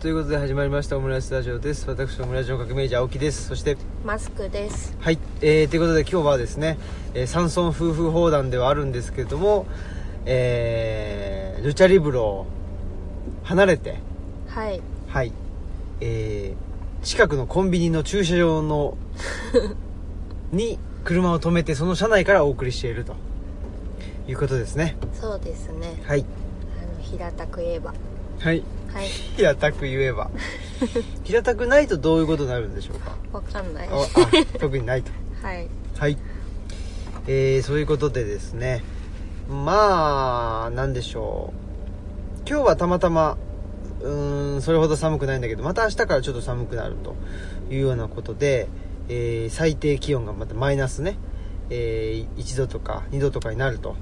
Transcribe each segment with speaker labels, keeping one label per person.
Speaker 1: ということで始まりましたオムライスラジオです私オムライスの革命児青木ですそして
Speaker 2: マスクです。
Speaker 1: はい、えー、ということで今日はですね、えー、山村夫婦砲弾ではあるんですけれどもえー、ルチャリブロを離れて
Speaker 2: はい。
Speaker 1: はいえー、近くのコンビニの駐車場 のに車を止めてその車内からお送りしているということですね
Speaker 2: そうですね。
Speaker 1: はい
Speaker 2: あの平たく言えば。
Speaker 1: はい
Speaker 2: はい。
Speaker 1: 平たく言え ば平たくないとどういうことになるんでしょうか
Speaker 2: わかんない。
Speaker 1: あ
Speaker 2: は
Speaker 1: あ特にないと
Speaker 2: い。
Speaker 1: はいえー、そういうことでですねまあなんでしょう今日はたまたまうーんそれほど寒くないんだけどまた明日からちょっと寒くなるというようなことで、えー最低気温がまたマイナスね、えー1度とか2度とかになると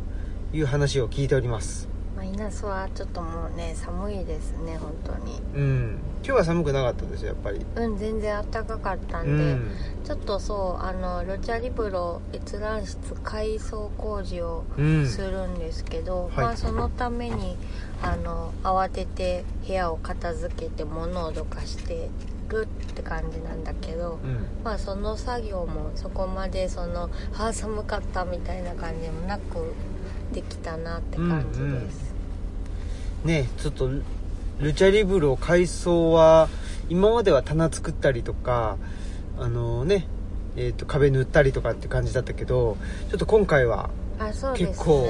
Speaker 1: いう話を聞いております
Speaker 2: マイナスはちょっともうね寒いですね本当に。
Speaker 1: うん今日は寒くなかったですよやっぱり
Speaker 2: うん全然暖かかった
Speaker 1: うん
Speaker 2: で、
Speaker 1: ん
Speaker 2: ちょっとそうあのルチャリブロ閲覧室改装工事を
Speaker 1: うん
Speaker 2: するんですけど、
Speaker 1: はい
Speaker 2: まあそのためにあの慌てて部屋を片付けて物をどかしてるって感じなんだけど。
Speaker 1: うん
Speaker 2: まあその作業もそこまでそのああ寒かったみたいな感じもなくできたなって感じです、
Speaker 1: ねちょっとルルチャリブロ改装は今までは棚作ったりとかあのねえー、と壁塗ったりとかって感じだったけどちょっと今回は
Speaker 2: あそうですね
Speaker 1: 結構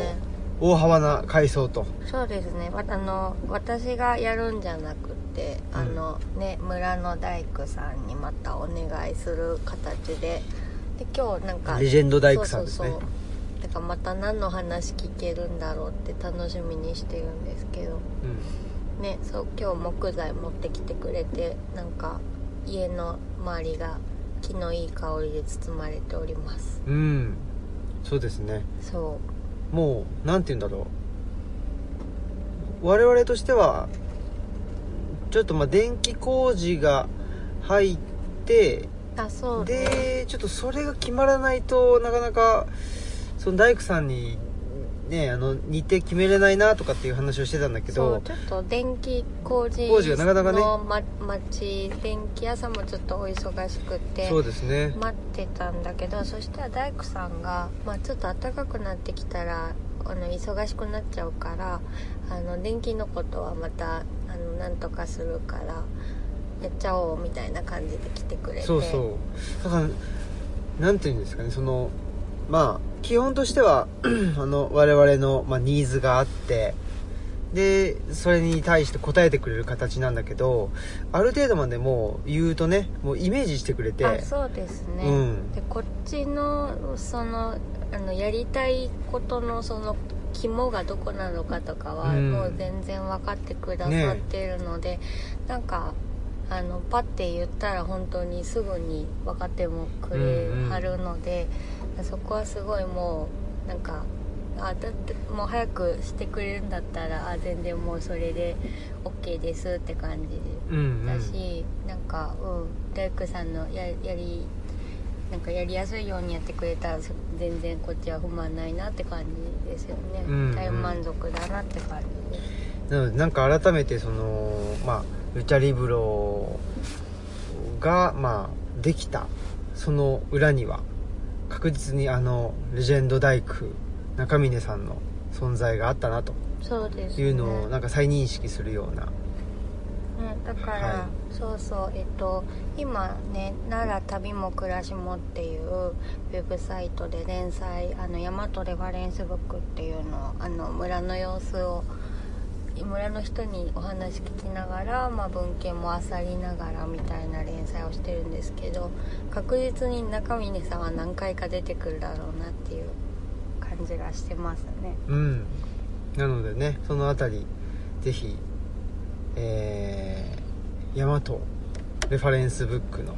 Speaker 1: 大幅な改装と
Speaker 2: そうですねわあの私がやるんじゃなくてあの、ね村の大工さんにまたお願いする形でで今日なんか
Speaker 1: レジェンド大工さんですね
Speaker 2: そうそうそうだからまた何の話聞けるんだろうって楽しみにしてるんですけどねそう今日木材持ってきてくれてなんか家の周りが木のいい香りで包まれております
Speaker 1: うん、うん、そうですね
Speaker 2: そ
Speaker 1: もうなんて言うんだろう我々としてはちょっとまあ電気工事が入って
Speaker 2: うあそうね
Speaker 1: でちょっとそれが決まらないとなかなかその大工さんにねあの日程決めれないなとかっていう話をしてたんだけ
Speaker 2: そう
Speaker 1: ど
Speaker 2: ちょっと電気工事
Speaker 1: 工事がなかなかね
Speaker 2: の、ま、町電気屋さんもちょっとお忙しくて
Speaker 1: そうですね
Speaker 2: 待ってたんだけどそしたら大工さんが、まあ、ちょっと暖かくなってきたらあの忙しくなっちゃうからあの電気のことはまたあのなんとかするからやっちゃおうみたいな感じで来てくれて
Speaker 1: そうそうだからなんていうんですかねそのまあ基本としては あの我々の、まあ、ニーズがあってでそれに対して答えてくれる形なんだけどある程度までもう言うとねもうイメージしてくれて
Speaker 2: あそうですね、
Speaker 1: うん
Speaker 2: でこっちのそのあのやりたいことのその肝がどこなのかとかは
Speaker 1: うん
Speaker 2: もう全然分かってくださってるので、なんかあのパッて言ったら本当にすぐに分かってもくれはるので、そこはすごいもうなんかあだってもう早くしてくれるんだったらあ全然もうそれで OK ですって感じで
Speaker 1: うんうん
Speaker 2: だし、なんか、うん、大工さんのややりなんかやりやすいようにやってくれたらそ全然こっちは不満ないなって感じですよね、
Speaker 1: うんうん
Speaker 2: 大満足だなって感じです
Speaker 1: なのでなんか改めてそのまあルチャリブロがまあできたその裏には確実にあのレジェンド大工中峰さんの存在があったなと
Speaker 2: そうです、ね、
Speaker 1: いうのをなんか再認識するような
Speaker 2: ね、だから、
Speaker 1: は
Speaker 2: そうそうえっと今ね「奈良旅も暮らしも」っていうウェブサイトで連載「あの大和レファレンスブック」っていうのをあの村の様子を村の人にお話聞きながら、まあ、文献も漁りながらみたいな連載をしてるんですけど確実に中峰さんは何回か出てくるだろうなっていう感じがしてますね
Speaker 1: うんなのでねそのあたりぜひえー、ヤマトレファレンスブックの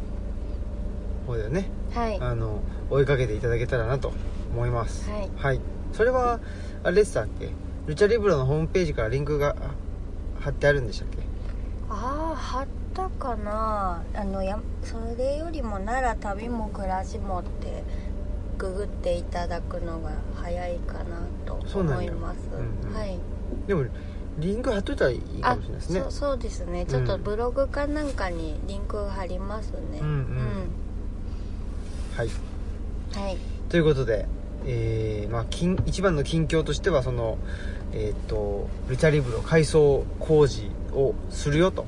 Speaker 1: 方でね
Speaker 2: はい
Speaker 1: あの追いかけていただけたらなと思います
Speaker 2: はい
Speaker 1: それはあれでしたっけルチャリブロのホームページからリンクがあ貼ってあるんでしたっけ
Speaker 2: ああ貼ったかなあのやそれよりも奈良旅も暮らしもってググっていただくのが早いかなと
Speaker 1: そうなん
Speaker 2: 思
Speaker 1: だ
Speaker 2: います、
Speaker 1: うんうん
Speaker 2: はい
Speaker 1: でもリンク貼っといたらいいかもしれないですね
Speaker 2: あそうそうですねちょっと
Speaker 1: うん
Speaker 2: ブログかなんかにリンク貼りますね
Speaker 1: うんはい
Speaker 2: うんはい
Speaker 1: ということで、えーまあ、近一番の近況としてはその、えーっとルチャリブロ改装工事をするよと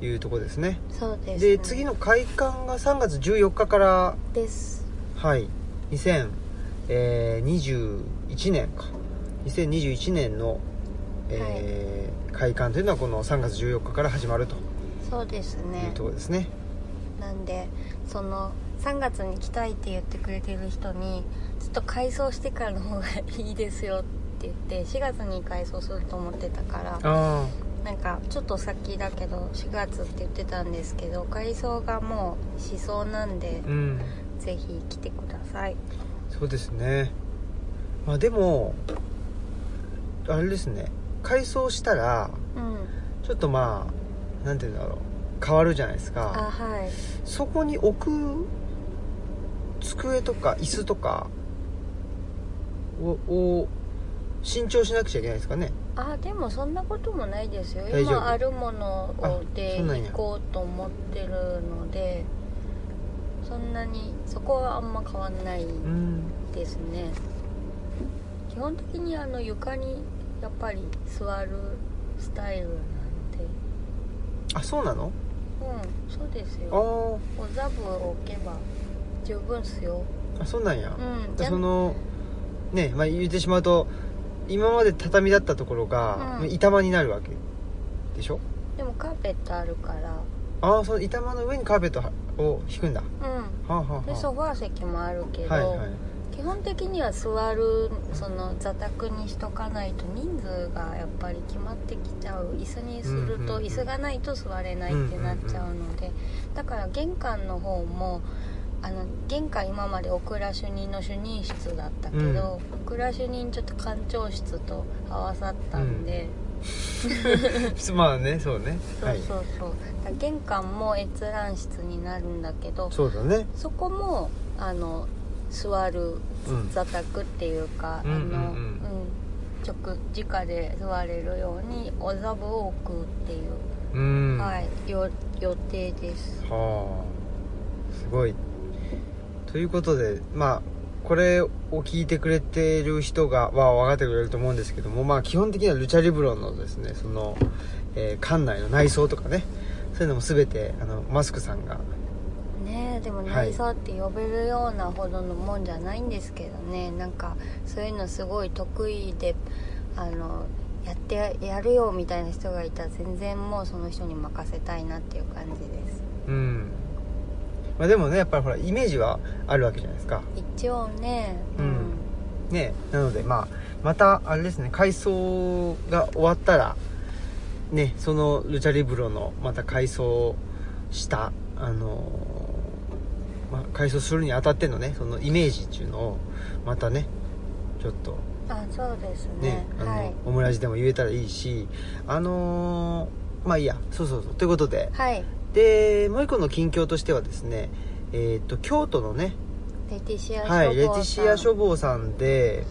Speaker 1: いうところですね
Speaker 2: そうです、
Speaker 1: で次の開館が3月14日から
Speaker 2: です
Speaker 1: はい2021年か2021年の、えー開館というのはこの3月14日から始まると
Speaker 2: そうです
Speaker 1: い
Speaker 2: ね
Speaker 1: うところですね
Speaker 2: なんでその3月に来たいって言ってくれてる人にちょっと改装してからの方がいいですよって言って4月に改装すると思ってたから
Speaker 1: あ
Speaker 2: なんかちょっと先だけど4月って言ってたんですけど改装がもうしそうなんで
Speaker 1: あうん
Speaker 2: ぜひ来てください
Speaker 1: そうですねまあでもあれですね改装したら
Speaker 2: うん
Speaker 1: ちょっとまあなんて言うんだろう変わるじゃないです
Speaker 2: あ
Speaker 1: か
Speaker 2: はい
Speaker 1: そこに置く机とか椅子とかをを新調しなくちゃいけないですかね
Speaker 2: あでもそんなこともないですよ
Speaker 1: 大丈夫
Speaker 2: 今あるものを
Speaker 1: あ
Speaker 2: で
Speaker 1: そうなんや
Speaker 2: 行こうと思ってるのでそんなにそこはあんま変わんない
Speaker 1: うん
Speaker 2: ですね基本的にあの床にやっぱり座るスタイルなんで
Speaker 1: あそうなの
Speaker 2: うんそうです
Speaker 1: あ
Speaker 2: よ
Speaker 1: ー
Speaker 2: お座布を置けば十分っすよ
Speaker 1: あそうなんや
Speaker 2: う、ん
Speaker 1: じゃあ
Speaker 2: ゃ
Speaker 1: そのねまあ言ってしまうと今まで畳だったところが、
Speaker 2: うん
Speaker 1: 板間になるわけでしょ
Speaker 2: でもカーペットあるから
Speaker 1: ああその板間の上にカーペットはを引くんだは
Speaker 2: うん
Speaker 1: あ、はあはあ、
Speaker 2: でソファー席もあるけど、
Speaker 1: はいはい
Speaker 2: 基本的には座るその座卓にしとかないと人数がやっぱり決まってきちゃう椅子にする
Speaker 1: うんうんう
Speaker 2: と
Speaker 1: ん
Speaker 2: 椅子がないと座れないってなっちゃうのでだから玄関の方もあの玄関今までお蔵主任の主任室だったけど、お蔵主任ちょっと館長室と合わさったんで、
Speaker 1: すまあねそうね
Speaker 2: そうそうそう、だから玄関も閲覧室になるんだけど
Speaker 1: はい、そうだね
Speaker 2: そこもあの座る
Speaker 1: うん
Speaker 2: 座卓っていうか、
Speaker 1: うん
Speaker 2: あの、
Speaker 1: う
Speaker 2: うんん
Speaker 1: うん
Speaker 2: 直直で座れるようにお座布を置くっていう、
Speaker 1: うん
Speaker 2: はいよ予定です
Speaker 1: はあすごいということでまあこれを聞いてくれてる人がは分かってくれると思うんですけどもまあ基本的にはルチャリブロのですねその、えー館内の内装とかねそういうのも全てあのマスクさんが
Speaker 2: ねえでも
Speaker 1: はい
Speaker 2: 内装って呼べるようなほどのもんじゃないんですけどねなんかそういうのすごい得意であのやってやるよみたいな人がいたら全然もうその人に任せたいなっていう感じです
Speaker 1: うんまあでもねやっぱりほらイメージはあるわけじゃないですか
Speaker 2: 一応ね
Speaker 1: うんねなのでまあまたあれですね改装が終わったらねそのルチャリブロのまた改装したあのーまあ、改装するにあたってのねそのイメージっていうのをまたねちょっと
Speaker 2: あそうですね
Speaker 1: ねあの、
Speaker 2: はい
Speaker 1: オムラジでも言えたらいいしあのーまあいいやそうそうそうということで
Speaker 2: はい
Speaker 1: でもう一個の近況としてはですねえっ、と京都のね
Speaker 2: レティシア書房
Speaker 1: はい、レティシア
Speaker 2: 書
Speaker 1: 書房さんで、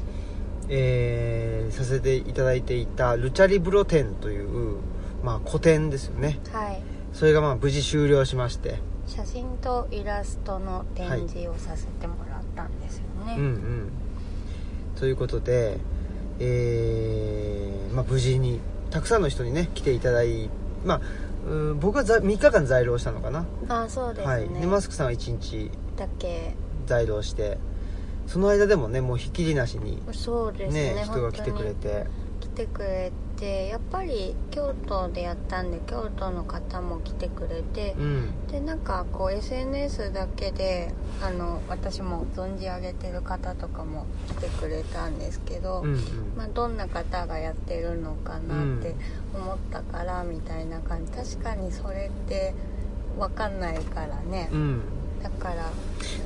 Speaker 1: えーさせていただいていたルチャリブロ展という、まあ、個展ですよね
Speaker 2: はい
Speaker 1: それがまあ無事終了しまして、
Speaker 2: 写真とイラストの展示をさせてもらったんですよね、
Speaker 1: うんうんということで、えーまあ、無事にたくさんの人にね来ていただいまあうん僕はざ3日間在廊したのかな、
Speaker 2: あそうですね、
Speaker 1: はい、でマスクさんは1日
Speaker 2: だけ
Speaker 1: 在廊してその間でもねもうひっきりなしに
Speaker 2: そうですね
Speaker 1: ね人が来てくれ
Speaker 2: 本
Speaker 1: て
Speaker 2: 当に来てくれてやっぱり京都でやったんで京都の方も来てくれて
Speaker 1: う、ん
Speaker 2: でなんかこう SNS だけであの私も存じ上げてる方とかも来てくれたんですけど、
Speaker 1: うんうん
Speaker 2: まあ、どんな方がやってるのかなって思ったからみたいな感じ、確かにそれって分かんないからね
Speaker 1: う、ん
Speaker 2: だから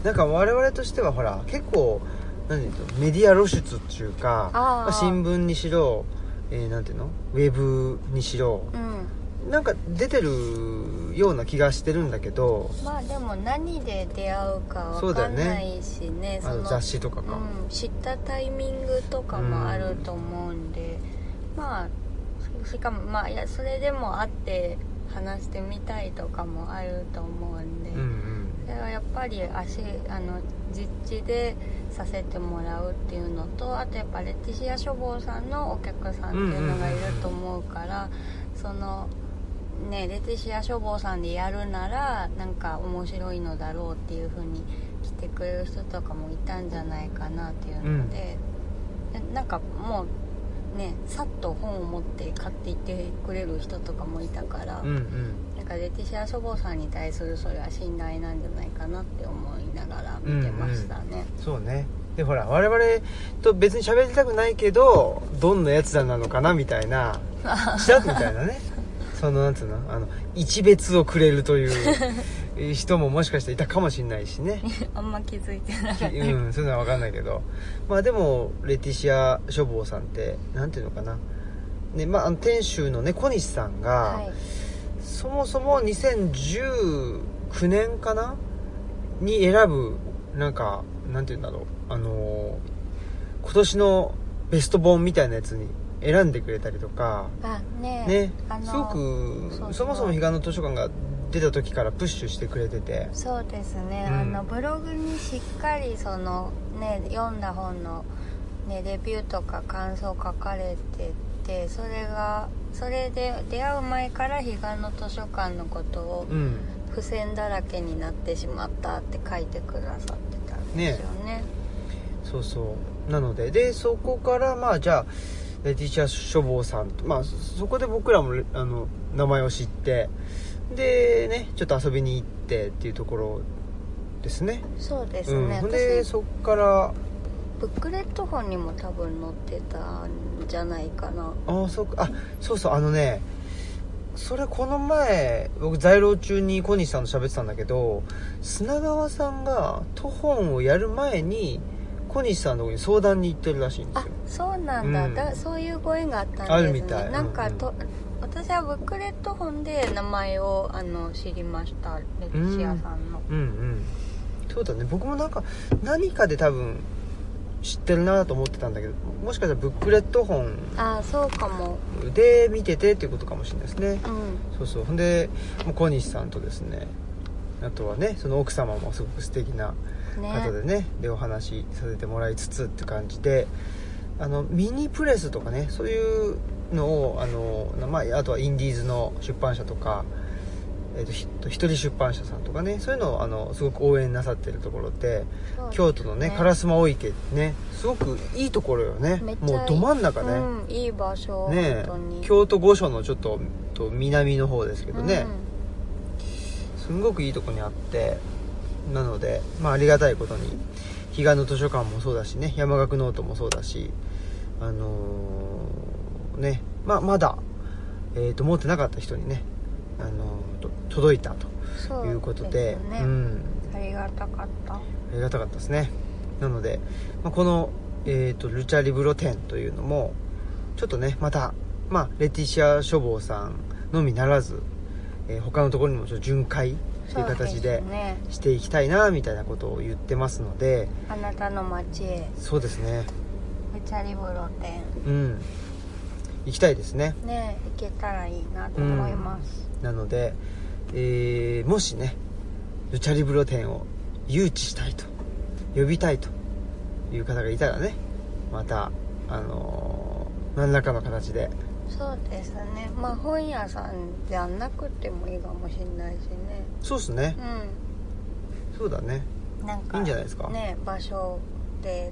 Speaker 1: なんか我々としてはほら結構何て言うのメディア露出っていうか
Speaker 2: あー
Speaker 1: まあ新聞にしろ、えーなんていうのウェブにしろ
Speaker 2: うん
Speaker 1: なんか出てるような気がしてるんだけど
Speaker 2: まあでも何で出会うか
Speaker 1: そう
Speaker 2: 分
Speaker 1: だ
Speaker 2: か
Speaker 1: よ
Speaker 2: ん
Speaker 1: ね
Speaker 2: ないしね
Speaker 1: あの
Speaker 2: の
Speaker 1: 雑誌とかか、
Speaker 2: うん、知ったタイミングとかもあると思うんで、まあしかもまあいやそれでも会って話してみたいとかもあると思うんで、
Speaker 1: うんうん
Speaker 2: それはやっぱり足あの実地でさせてもらうっていうのとあとやっぱレティシア書房さんのお客さんっていうのがいると思うから、そのねレティシア書房さんでやるならなんか面白いのだろうっていう風に来てくれる人とかもいたんじゃないかなっていうので、ななんかもうねさっと本を持って買っていってくれる人とかもいたから。
Speaker 1: うんうん
Speaker 2: なんかレティシア書房さんに対するそれは信頼なんじゃないかなって思いながら見てましたね、
Speaker 1: そうねでほら我々と別に喋りたくないけどどんなやつらなのかなみたいなちらっとみたいな ねそのなんつうのあの一別をくれるという人ももしかしていたかもしれないしね
Speaker 2: あんま気づいてない
Speaker 1: うんそういうのは分かんないけどまあでもレティシア書房さんってなんていうのかなねまああの店主のね小西さんが、
Speaker 2: はい
Speaker 1: そもそも2019年かなに選ぶなんかなんて言うんだろうあのー今年のベスト本みたいなやつに選んでくれたりとか
Speaker 2: あねえ
Speaker 1: ね
Speaker 2: あの
Speaker 1: すごく
Speaker 2: そうそう
Speaker 1: そもそも彼岸の図書館が出た時からプッシュしてくれてて
Speaker 2: そうですね、
Speaker 1: うん
Speaker 2: あのブログにしっかりそのね読んだ本のねレビューとか感想書かれててそれがそれで出会う前から彼岸の図書館のことを
Speaker 1: うん
Speaker 2: 付箋だらけになってしまったって書いてくださってたんですよね
Speaker 1: そうそうなのででそこからまあじゃあレティシア書房さんとまあそそこで僕らもレあの名前を知ってでねちょっと遊びに行ってっていうところですね
Speaker 2: そうです
Speaker 1: うん、
Speaker 2: ね、
Speaker 1: ほん
Speaker 2: 私
Speaker 1: でそこから
Speaker 2: ブックレット本にも多分載ってたんじゃないかな
Speaker 1: ああそうかあそうそうあのねそれこの前僕在廊中に小西さんと喋ってたんだけど砂川さんが都本をやる前に小西さんのとこに相談に行ってるらしいんです
Speaker 2: あ
Speaker 1: よ
Speaker 2: そうなんだ,、
Speaker 1: うん
Speaker 2: だそういうご縁があったんですね
Speaker 1: あるみたい
Speaker 2: なん
Speaker 1: うん
Speaker 2: か
Speaker 1: うん
Speaker 2: と、私はブックレット本で名前をあの知りましたレティシアさんの、
Speaker 1: うんうんそうだね僕もなんか何かで多分知ってるなと思ってたんだけどもしかしたらブックレット本
Speaker 2: ああそうかも
Speaker 1: で見ててっていうことかもしれないですね
Speaker 2: うん
Speaker 1: そうそうほんでもう小西さんとですねあとはねその奥様もすごく素敵な方で
Speaker 2: ね
Speaker 1: ねでお話しさせてもらいつつって感じであのミニプレスとかねそういうのをあの、まあ、あとはインディーズの出版社とか、えー、とひと一人出版社さんとかねそういうのをあのすごく応援なさってるところで
Speaker 2: そう
Speaker 1: 京都のね烏丸大池ってねすごくいいところよね
Speaker 2: めっちゃいい
Speaker 1: もうど真ん中ね、
Speaker 2: うん、いい場所、
Speaker 1: ね
Speaker 2: 本当に
Speaker 1: 京都御所のちょっとと南の方ですけどね、すんごくいいとこにあってなので、まあ、ありがたいことに彼岸の図書館もそうだしね山岳ノートもそうだしあのーね、まあ、まだ、えー、と持ってなかった人にね、あのーと届いた
Speaker 2: うん、そ
Speaker 1: ということで
Speaker 2: ですね、
Speaker 1: うん、
Speaker 2: ありがたかった
Speaker 1: ありがたかったですねなので、まあ、この、えーと「ルチャリブロ展」というのもちょっとねまた、まあ、レティシア書房さんのみならず、えー他のところにもちょっと巡回という形で
Speaker 2: そうすね
Speaker 1: していきたいなみたいなことを言ってますので
Speaker 2: あなたの街へ
Speaker 1: そうですね
Speaker 2: ルチャリブロ店
Speaker 1: うん行きたいですね
Speaker 2: ね行けたらいいなと思います、
Speaker 1: なので、えーもしねルチャリブロ店を誘致したいと呼びたいという方がいたらねまたあのー何らかの形で
Speaker 2: そうですねまあ本屋さんじゃなくてもいいかもしれないしね
Speaker 1: そうっすね
Speaker 2: う
Speaker 1: そうだね
Speaker 2: んなんか
Speaker 1: いいんじゃないですか
Speaker 2: ね場所で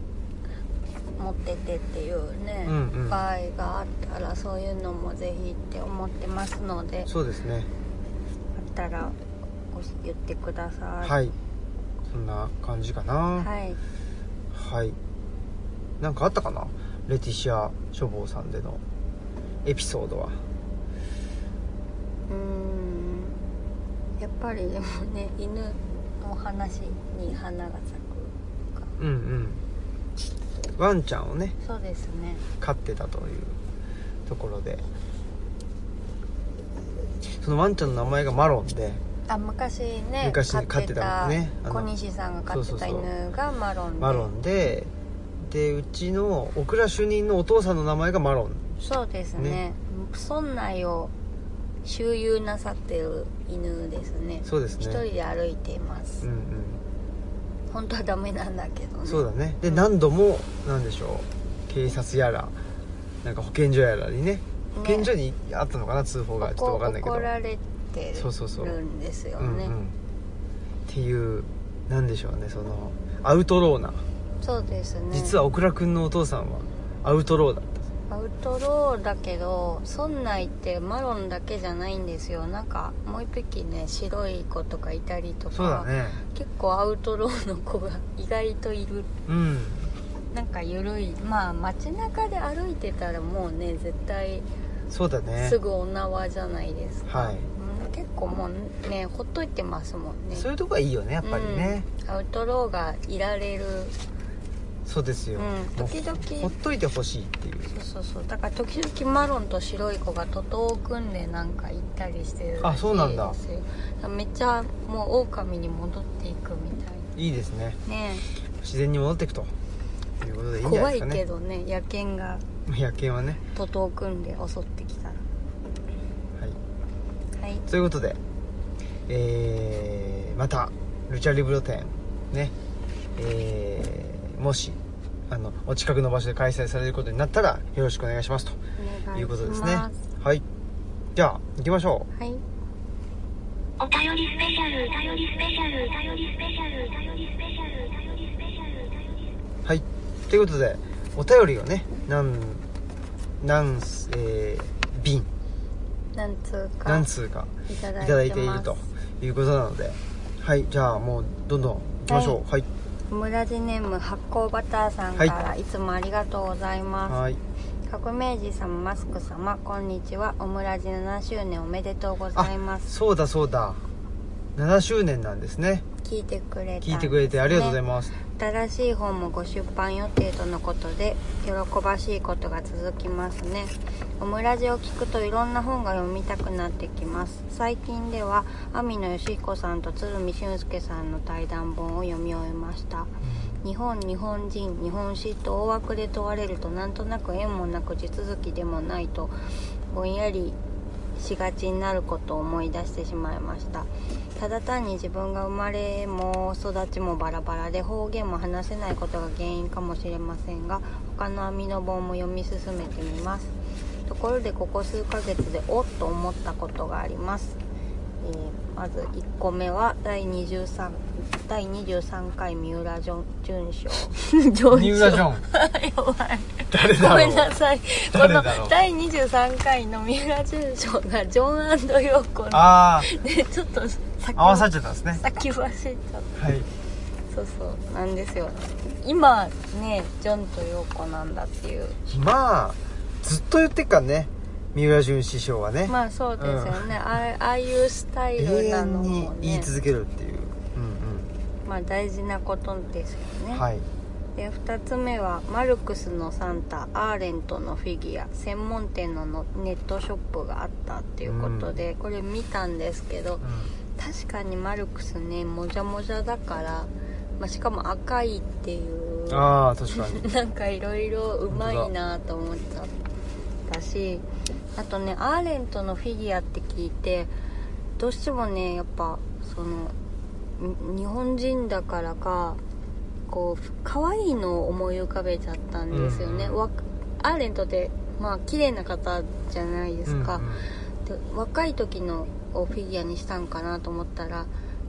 Speaker 2: 持っててっていうね、
Speaker 1: うんうん
Speaker 2: 場合があったらそういうのもぜひって思ってますので
Speaker 1: そうですね
Speaker 2: あったらおし言ってください
Speaker 1: はいそんな感じかなは
Speaker 2: はい
Speaker 1: い、なんかあったかなレティシア書房さんでのエピソードは
Speaker 2: うーんやっぱりでもね犬の話に花が咲くか
Speaker 1: うんうんワンちゃんをね
Speaker 2: そうですね
Speaker 1: 飼ってたというところでそのワンちゃんの名前がマロンで
Speaker 2: あ昔ね
Speaker 1: 昔飼ってたねあの
Speaker 2: 小西さんが飼ってた犬がマロンで
Speaker 1: マロンででうちのオクラ主任のお父さんの名前がマロン
Speaker 2: そうですね
Speaker 1: ね
Speaker 2: プソン内を周遊なさってる犬ですね
Speaker 1: そうですね
Speaker 2: 一人で歩いていま
Speaker 1: う
Speaker 2: す、
Speaker 1: ん
Speaker 2: 本当はダメなんだけ
Speaker 1: う
Speaker 2: どね
Speaker 1: んそうだねで何度もなんでしょう警察やらなんか保健所やらにね保健所にあったのかな通報がちょっと分かんないけど
Speaker 2: 怒られて
Speaker 1: そうそうそう
Speaker 2: るんですよ
Speaker 1: うんう
Speaker 2: ね
Speaker 1: ん、っていうなんでしょうねそのアウトローな
Speaker 2: そうですね
Speaker 1: 実は小倉君のお父さんはアウトローだった
Speaker 2: アウトローだけど村内ってマロンだけじゃないんですよなんかもう一匹ね白い子とかいたりとか
Speaker 1: そうだね
Speaker 2: 結構アウトローの子が意外といる
Speaker 1: うん
Speaker 2: なんか緩いまあ街中で歩いてたらもうね絶対
Speaker 1: そうだね
Speaker 2: すぐお縄じゃないですか、
Speaker 1: はい
Speaker 2: うん結構もうねほっといてますもんね
Speaker 1: そういうとこがいいよねやっぱりね、
Speaker 2: うんアウトローがいられる
Speaker 1: そうですよ、
Speaker 2: うん
Speaker 1: もう
Speaker 2: 時々
Speaker 1: ほっといてほしいっていう
Speaker 2: そうそうそうだから時々マロンと白い子が徒党を組んでなんか行ったりしてるらし
Speaker 1: あ
Speaker 2: い
Speaker 1: そうなんだ
Speaker 2: ですよだめっちゃもう狼に戻っていくみたい
Speaker 1: いいですね
Speaker 2: ね
Speaker 1: 自然に戻っていくということでいいんじゃな
Speaker 2: 怖
Speaker 1: いで
Speaker 2: い
Speaker 1: すか
Speaker 2: け
Speaker 1: ね
Speaker 2: どね野犬が
Speaker 1: 野犬はね
Speaker 2: 徒党を組んで襲ってきたら
Speaker 1: はい
Speaker 2: はい
Speaker 1: ということでえーまたルチャリブロ展ねえーもしあのお近くの場所で開催されることになったらよろしくお願いしますと
Speaker 2: お願いします
Speaker 1: いうことですねはいじゃあ行きましょう
Speaker 2: はい
Speaker 3: お便りスペシャル、お便りスペシャル、お便りスペシャル、お便りスペシャル、お便りスペシャル、お便りスペシャル。
Speaker 1: はいということでお便りをねなんなんすえー瓶
Speaker 2: 何通か
Speaker 1: 何通か
Speaker 2: いただ
Speaker 1: いただ
Speaker 2: い
Speaker 1: い
Speaker 2: て
Speaker 1: ている
Speaker 2: ます
Speaker 1: ということなのではいじゃあもうどんどん行きましょうはい
Speaker 2: オムラジネーム発酵バターさんから、い、つもありがとうございます
Speaker 1: はい
Speaker 2: 革命児様マスク様こんにちはオムラジ7周年おめでとうございます
Speaker 1: そうだそうだ7周年なんですね
Speaker 2: 聞いてくれたんですね、
Speaker 1: 聞いてくれてありがとうございます、
Speaker 2: 新しい本もご出版予定とのことで喜ばしいことが続きますねオムラジを聞くといろんな本が読みたくなってきます最近では網野義彦さんと鶴見俊介さんの対談本を読み終えました日本日本人日本史と大枠で問われるとなんとなく縁もなく地続きでもないとぼんやりしがちになることを思い出してしまいましたただ単に自分が生まれも育ちもバラバラで方言も話せないことが原因かもしれませんが他の網の本も読み進めてみますところでここ数ヶ月でおっと思ったことがありますえーまず1個目は第 23, 第23回三浦淳賞
Speaker 1: う
Speaker 2: 上
Speaker 1: ん、ニューラジョン
Speaker 2: 弱い
Speaker 1: 誰だ
Speaker 2: ごめ
Speaker 1: ろうん
Speaker 2: なさいこ
Speaker 1: 誰だ
Speaker 2: の
Speaker 1: ろう
Speaker 2: 第23回の三浦淳賞がジョンヨーコの
Speaker 1: ああ
Speaker 2: でちょっと先
Speaker 1: 合わさっちゃったんですね
Speaker 2: 先走っちゃ
Speaker 1: は
Speaker 2: っ
Speaker 1: い
Speaker 2: たそうそうなんですよ今ねジョンとヨーコなんだっていう
Speaker 1: まあずっと言ってっからね三浦淳師匠はね、
Speaker 2: まあそうですよね、ああああいうスタイ
Speaker 1: 永
Speaker 2: ルなの
Speaker 1: 遠に
Speaker 2: も
Speaker 1: 言い
Speaker 2: ね
Speaker 1: 続けるっていう、うん
Speaker 2: まあ大事なことですよ
Speaker 1: う
Speaker 2: ね
Speaker 1: んはい
Speaker 2: で2つ目はマルクスのサンタアーレントのフィギュア専門店ののネットショップがあったっていうことで、これ見たんですけど確かにマルクスねもじゃもじゃだから、まあ、しかも赤いっていう
Speaker 1: ああ確かに
Speaker 2: なんかいろいろうまいなと思っちゃったしあとねアーレントのフィギュアって聞いてどうしてもねやっぱそのに日本人だからかこう可愛いのを思い浮かべちゃったんですよね、
Speaker 1: うん
Speaker 2: わアーレントってまあ綺麗な方じゃないですか、
Speaker 1: うんうん
Speaker 2: で若い時のをフィギュアにしたんかなと思ったら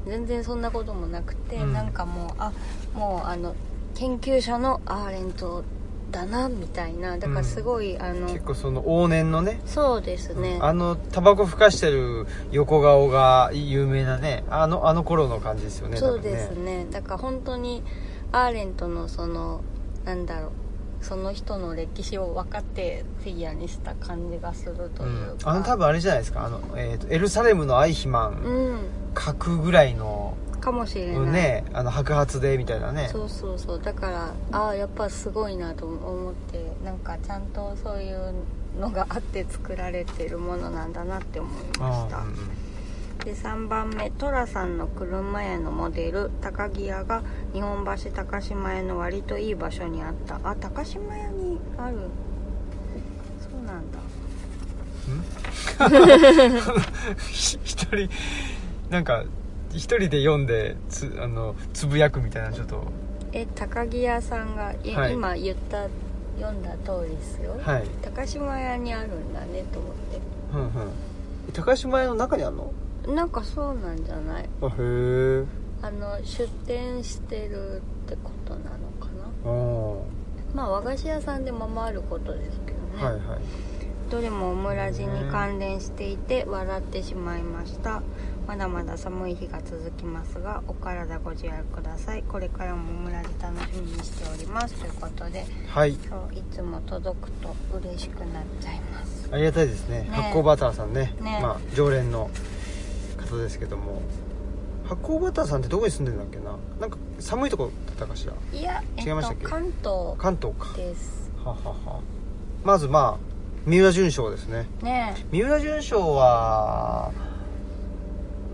Speaker 2: 全然そんなこともなくて、
Speaker 1: うん
Speaker 2: なんかもうあもうあの研究者のアーレントだなみたいなだからすごい、あの
Speaker 1: 結構その往年のね
Speaker 2: そうですね、
Speaker 1: あのタバコふかしてる横顔が有名なねあのあの頃の感じですよね
Speaker 2: そうです
Speaker 1: 多分ね
Speaker 2: ねだから本当にアーレントのそのなんだろうその人の歴史を分かってフィギュアにした感じがすると
Speaker 1: う、
Speaker 2: いうんか、
Speaker 1: あの多分あれじゃないですかあの、えー、とエルサレムのアイヒマン書くぐらいの、
Speaker 2: うんかもしれない、
Speaker 1: ねあの白髪でみたいなね
Speaker 2: そうそうそうだからああやっぱすごいなと思ってなんかちゃんとそういうのがあって作られてるものなんだなって思いま
Speaker 1: あ
Speaker 2: し
Speaker 1: あ
Speaker 2: たで3番目寅さんの車屋のモデル高木屋が日本橋高島屋の割といい場所にあったあ高島屋にあるそうなんだ
Speaker 1: ひ 一人なんか一人で読んでつあのつぶやくみたいなちょっと
Speaker 2: え高木屋さんが、い
Speaker 1: はい
Speaker 2: 今言った読んだ通りですよ、
Speaker 1: はい、
Speaker 2: 高島屋にあるんだねと思っ
Speaker 1: うんうん、高島屋の中にあるの
Speaker 2: てなんかそうなんじゃない
Speaker 1: あへえ
Speaker 2: あの出店してるってことなのか
Speaker 1: あ
Speaker 2: な
Speaker 1: あは
Speaker 2: まあ和菓子屋さんでもまああることですけど
Speaker 1: い
Speaker 2: ね、
Speaker 1: はい
Speaker 2: どれもオムラジに関連していて笑ってしまいましたまだまだ寒い日が続きますがお体ご自愛くださいこれからもオムラジ楽しみにしておりますということで
Speaker 1: はい
Speaker 2: 今日いつも届くと嬉しくなっちゃいます
Speaker 1: ありがたいですね
Speaker 2: ね
Speaker 1: 発酵バターさんね
Speaker 2: ね
Speaker 1: まあ常連の方ですけども発酵バターさんってどこに住んでるんだっけななんか寒いとこだったかしら
Speaker 2: いやえっ
Speaker 1: 違い
Speaker 2: と
Speaker 1: ましたっけ
Speaker 2: 関東
Speaker 1: 関東か
Speaker 2: です
Speaker 1: はははまずまあ三浦淳賞ですね
Speaker 2: ね
Speaker 1: 三浦淳賞は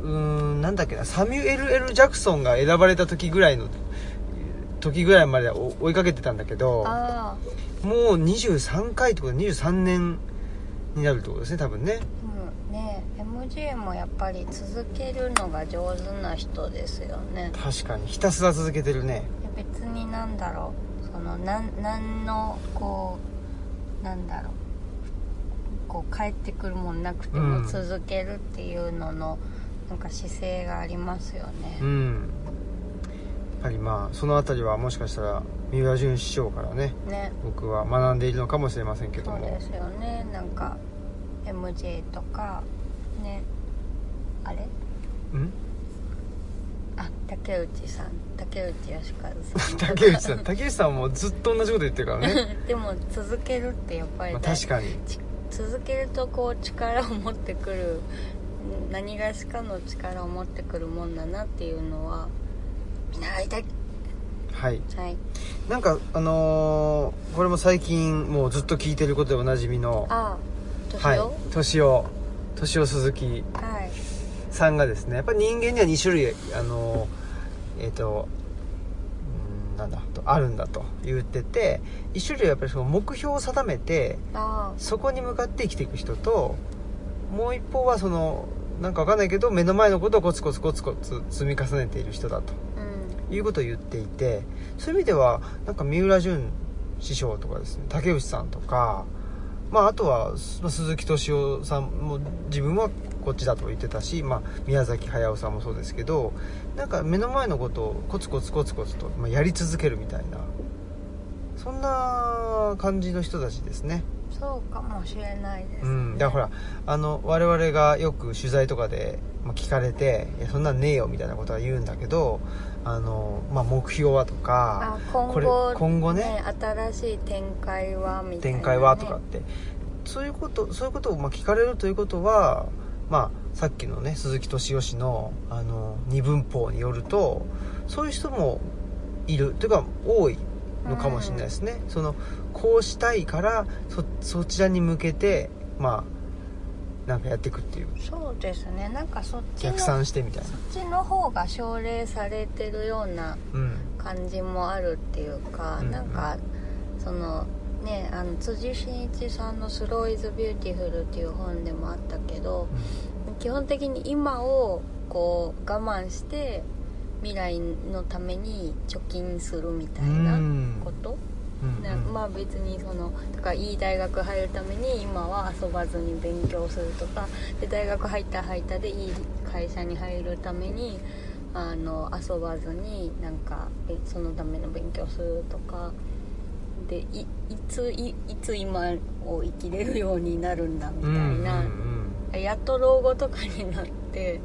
Speaker 1: うーんなんだっけなサミュエル・ L ・ジャクソンが選ばれた時ぐらいの時ぐらいまで追追いかけてたんだけど
Speaker 2: ああ
Speaker 1: もう23回ってことで23年になるってことですね多分ね
Speaker 2: うんねえ MJ もやっぱり続けるのが上手な人ですよね
Speaker 1: 確かにひたすら続けてるね
Speaker 2: いや別になんだろうそのなんなんのこうなんだろうこう帰ってくるもんなくて
Speaker 1: うん
Speaker 2: も続けるっていうのの、なんか姿勢がありますよね、
Speaker 1: うんやっぱりまあその辺りはもしかしたら三浦淳師匠からね
Speaker 2: ね
Speaker 1: 僕は学んでいるのかもしれませんけど
Speaker 2: そう
Speaker 1: も
Speaker 2: ですよねなんか MJ とかねあれ
Speaker 1: うん
Speaker 2: あ竹内さん竹内義和さん
Speaker 1: 竹内さん竹内さんはもうずっと同じこと言ってるから ね、
Speaker 2: でも続けるってやっぱり
Speaker 1: まあ、
Speaker 2: 大
Speaker 1: 確かに
Speaker 2: 続けるとこう力を持ってくるうん何がしかの力を持ってくるもんだなっていうのは見習いたい
Speaker 1: はい
Speaker 2: はい
Speaker 1: なんかあのーこれも最近もうずっと聞いてることでおなじみの
Speaker 2: ああどうし
Speaker 1: はい
Speaker 2: よ
Speaker 1: 敏夫敏夫鈴木
Speaker 2: うはい、
Speaker 1: さんがですねやっぱり人間には2種類あのえっ、とうーんなんだとあるんだと言ってて1種類はやっぱりその目標を定めて
Speaker 2: あ
Speaker 1: そこに向かって生きていく人ともう一方はそのなんかわかんないけど目の前のことをコツコツコツコツ積み重ねている人だと
Speaker 2: あうん
Speaker 1: いうことを言っていてそういう意味ではなんか三浦淳師匠とかですね竹内さんとか、まあ、あとはす鈴木敏夫さんも自分はこっちだと言ってたし、まあ、宮崎駿さんもそうですけどなんか目の前のことをコツコツコツコツと、まあ、やり続けるみたいなそんな感じの人たちですね。
Speaker 2: そうかもしれないです、
Speaker 1: う
Speaker 2: ね
Speaker 1: ん、だからほらあの我々がよく取材とかでまあ聞かれて「いやそんなんねえよ」みたいなことは言うんだけどあの、まあ、目標はとか
Speaker 2: あ今
Speaker 1: これ
Speaker 2: 後
Speaker 1: 今後ね
Speaker 2: 新しい展開はみたいな、
Speaker 1: 展
Speaker 2: ね、
Speaker 1: 開はとかってそういうことそういうことをまあ聞かれるということは、まあ、さっきのね鈴木敏夫氏のあの二分法によるとそういう人もいるというか多いのかもしれないですね、そのこうしたいからそそちらに向けてまあなんかやっていくっていう
Speaker 2: そうですねなんかそっちの
Speaker 1: 逆
Speaker 2: そっ
Speaker 1: 算してみたいな
Speaker 2: ちの方が奨励されてるような
Speaker 1: うん
Speaker 2: 感じもあるっていうか、
Speaker 1: うんうん
Speaker 2: なんかそのねあの辻真一さんの「スローイズビューティフルっていう本でもあったけど基本的に今をこう我慢して未来のために貯金するみたいなこと、
Speaker 1: うん
Speaker 2: なまあ別にそのだからいい大学入るために今は遊ばずに勉強するとかで大学入ったら入ったでいい会社に入るためにあの遊ばずになんかえそのための勉強するとかでいいついいつ今を生きれるようになるんだみたいな、やっと老後とかになって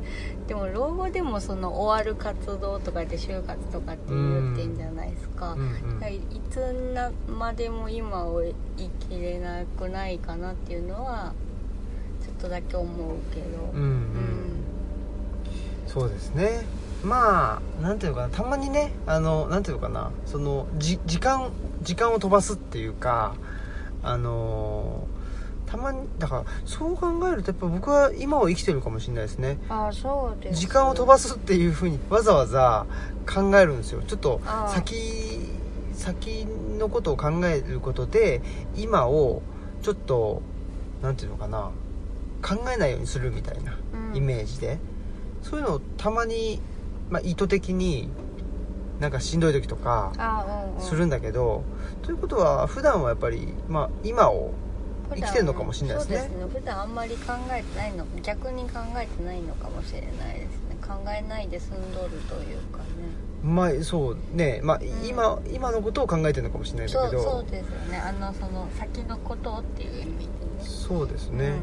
Speaker 2: でも老後でもその終わる活動とかで就活とかって言ってんじゃないですか。はい、いつなまでも今を生きれなくないかなっていうのはちょっとだけ思うけど、
Speaker 1: そうですねまあなんていうのかなたまにねあのなんていうのかなそのじ時間時間を飛ばすっていうかあのーたまにだからそう考えるとやっぱ僕は今を生きてるかもしれないですね
Speaker 2: ああそうです
Speaker 1: 時間を飛ばすっていうふうにわざわざ考えるんですよちょっと
Speaker 2: ああ
Speaker 1: 先先のことを考えることで今をちょっとなんていうのかな考えないようにするみたいな
Speaker 2: うん
Speaker 1: イメージで、そういうのをたまに、まあ、意図的になんかしんどい時とか
Speaker 2: あうんうん
Speaker 1: するんだけど、ということは普段はやっぱり、まあ、今を
Speaker 2: 普段
Speaker 1: 生きてるのかもしれないですね
Speaker 2: そうですね普段あんまり考えてないの逆に考えてないのかもしれないですね考えないで済んどるというかね
Speaker 1: まあそうね、まあ
Speaker 2: ん
Speaker 1: 今今のことを考えてるのかもしれないん
Speaker 2: そ
Speaker 1: だ
Speaker 2: う
Speaker 1: けど
Speaker 2: そうですよねあのその先のことっていう意味でね
Speaker 1: そうですね、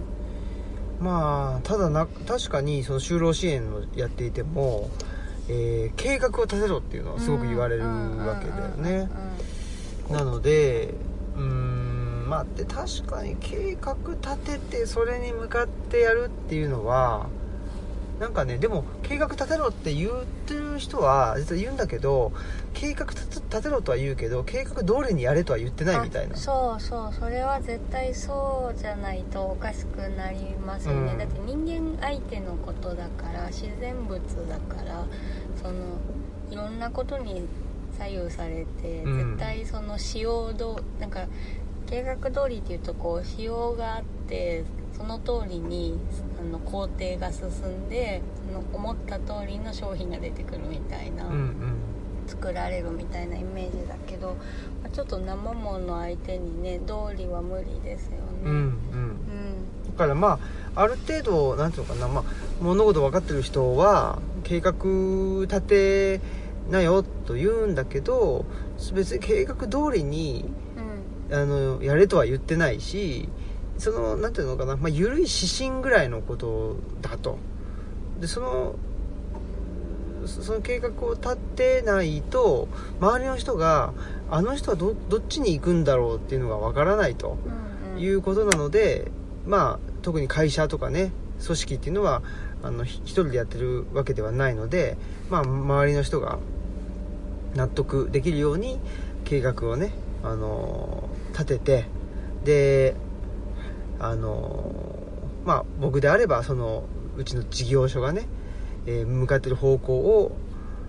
Speaker 1: まあただな確かにその就労支援をやっていても、えー計画を立てろっていうの
Speaker 2: う
Speaker 1: は
Speaker 2: ん
Speaker 1: すごく言われるわけだよね、
Speaker 2: うんうんうんうん
Speaker 1: なのでうーんまあで確かに計画立ててそれに向かってやるっていうのはなんかねでも計画立てろって言ってる人は実は言うんだけど計画立て立てろとは言うけど計画通りにやれとは言ってないみたいな
Speaker 2: あそうそうそれは絶対そうじゃないとおかしくなりますよね、
Speaker 1: うん
Speaker 2: だって人間相手のことだから自然物だからそのいろんなことに左右されて、
Speaker 1: うん
Speaker 2: 絶対その使用どうなんか計画通りっていうとこう仕様があってその通りにあの工程が進んでその思った通りの商品が出てくるみたいな。
Speaker 1: うんうん
Speaker 2: 作られるみたいなイメージだけど、まあちょっと生もの相手にね道理は無理ですよね
Speaker 1: うんうん
Speaker 2: うん
Speaker 1: だからまあある程度なんていうのかな、まあ、物事分かってる人は計画立てなよと言うんだけど別に計画通りに
Speaker 2: うん
Speaker 1: あのやれとは言ってないしそのなんていうのかな、まあ、緩い指針ぐらいのことだとでそのそその計画を立てないと周りの人があの人はどどっちに行くんだろうっていうのが分からないと。
Speaker 2: うんうん
Speaker 1: いうことなので、まあ、特に会社とかね組織っていうのはあのひ一人でやってるわけではないので、まあ、周りの人が納得できるように計画をね、あのー立ててで、あのーまあ、僕であればそのうちの事業所がね、えー向かってる方向を、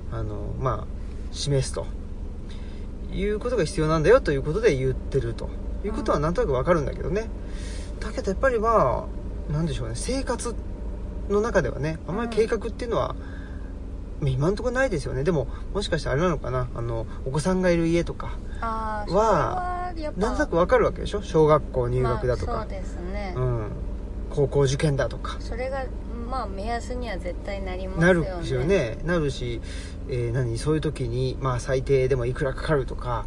Speaker 1: あのーまあ、示すと。いうことが必要なんだよということで言ってるということはなんとなくわかるんだけどね、だけどやっぱりまあなんでしょうね生活の中ではねあんまり計画っていうのは、まあ今のところないですよねでももしかしたらあれなのかなあのお子さんがいる家とか
Speaker 2: あーそれ
Speaker 1: は
Speaker 2: はやっぱ
Speaker 1: なんとなくわかるわけでしょ小学校入学だと
Speaker 2: ま
Speaker 1: か
Speaker 2: あ、そう、ですね、
Speaker 1: うん、高校受験だとか
Speaker 2: それがまあ目安には絶対なります
Speaker 1: な
Speaker 2: よ
Speaker 1: る
Speaker 2: ね
Speaker 1: ですよねなるし、えー何そういう時に、まあ、最低でもいくらかかるとか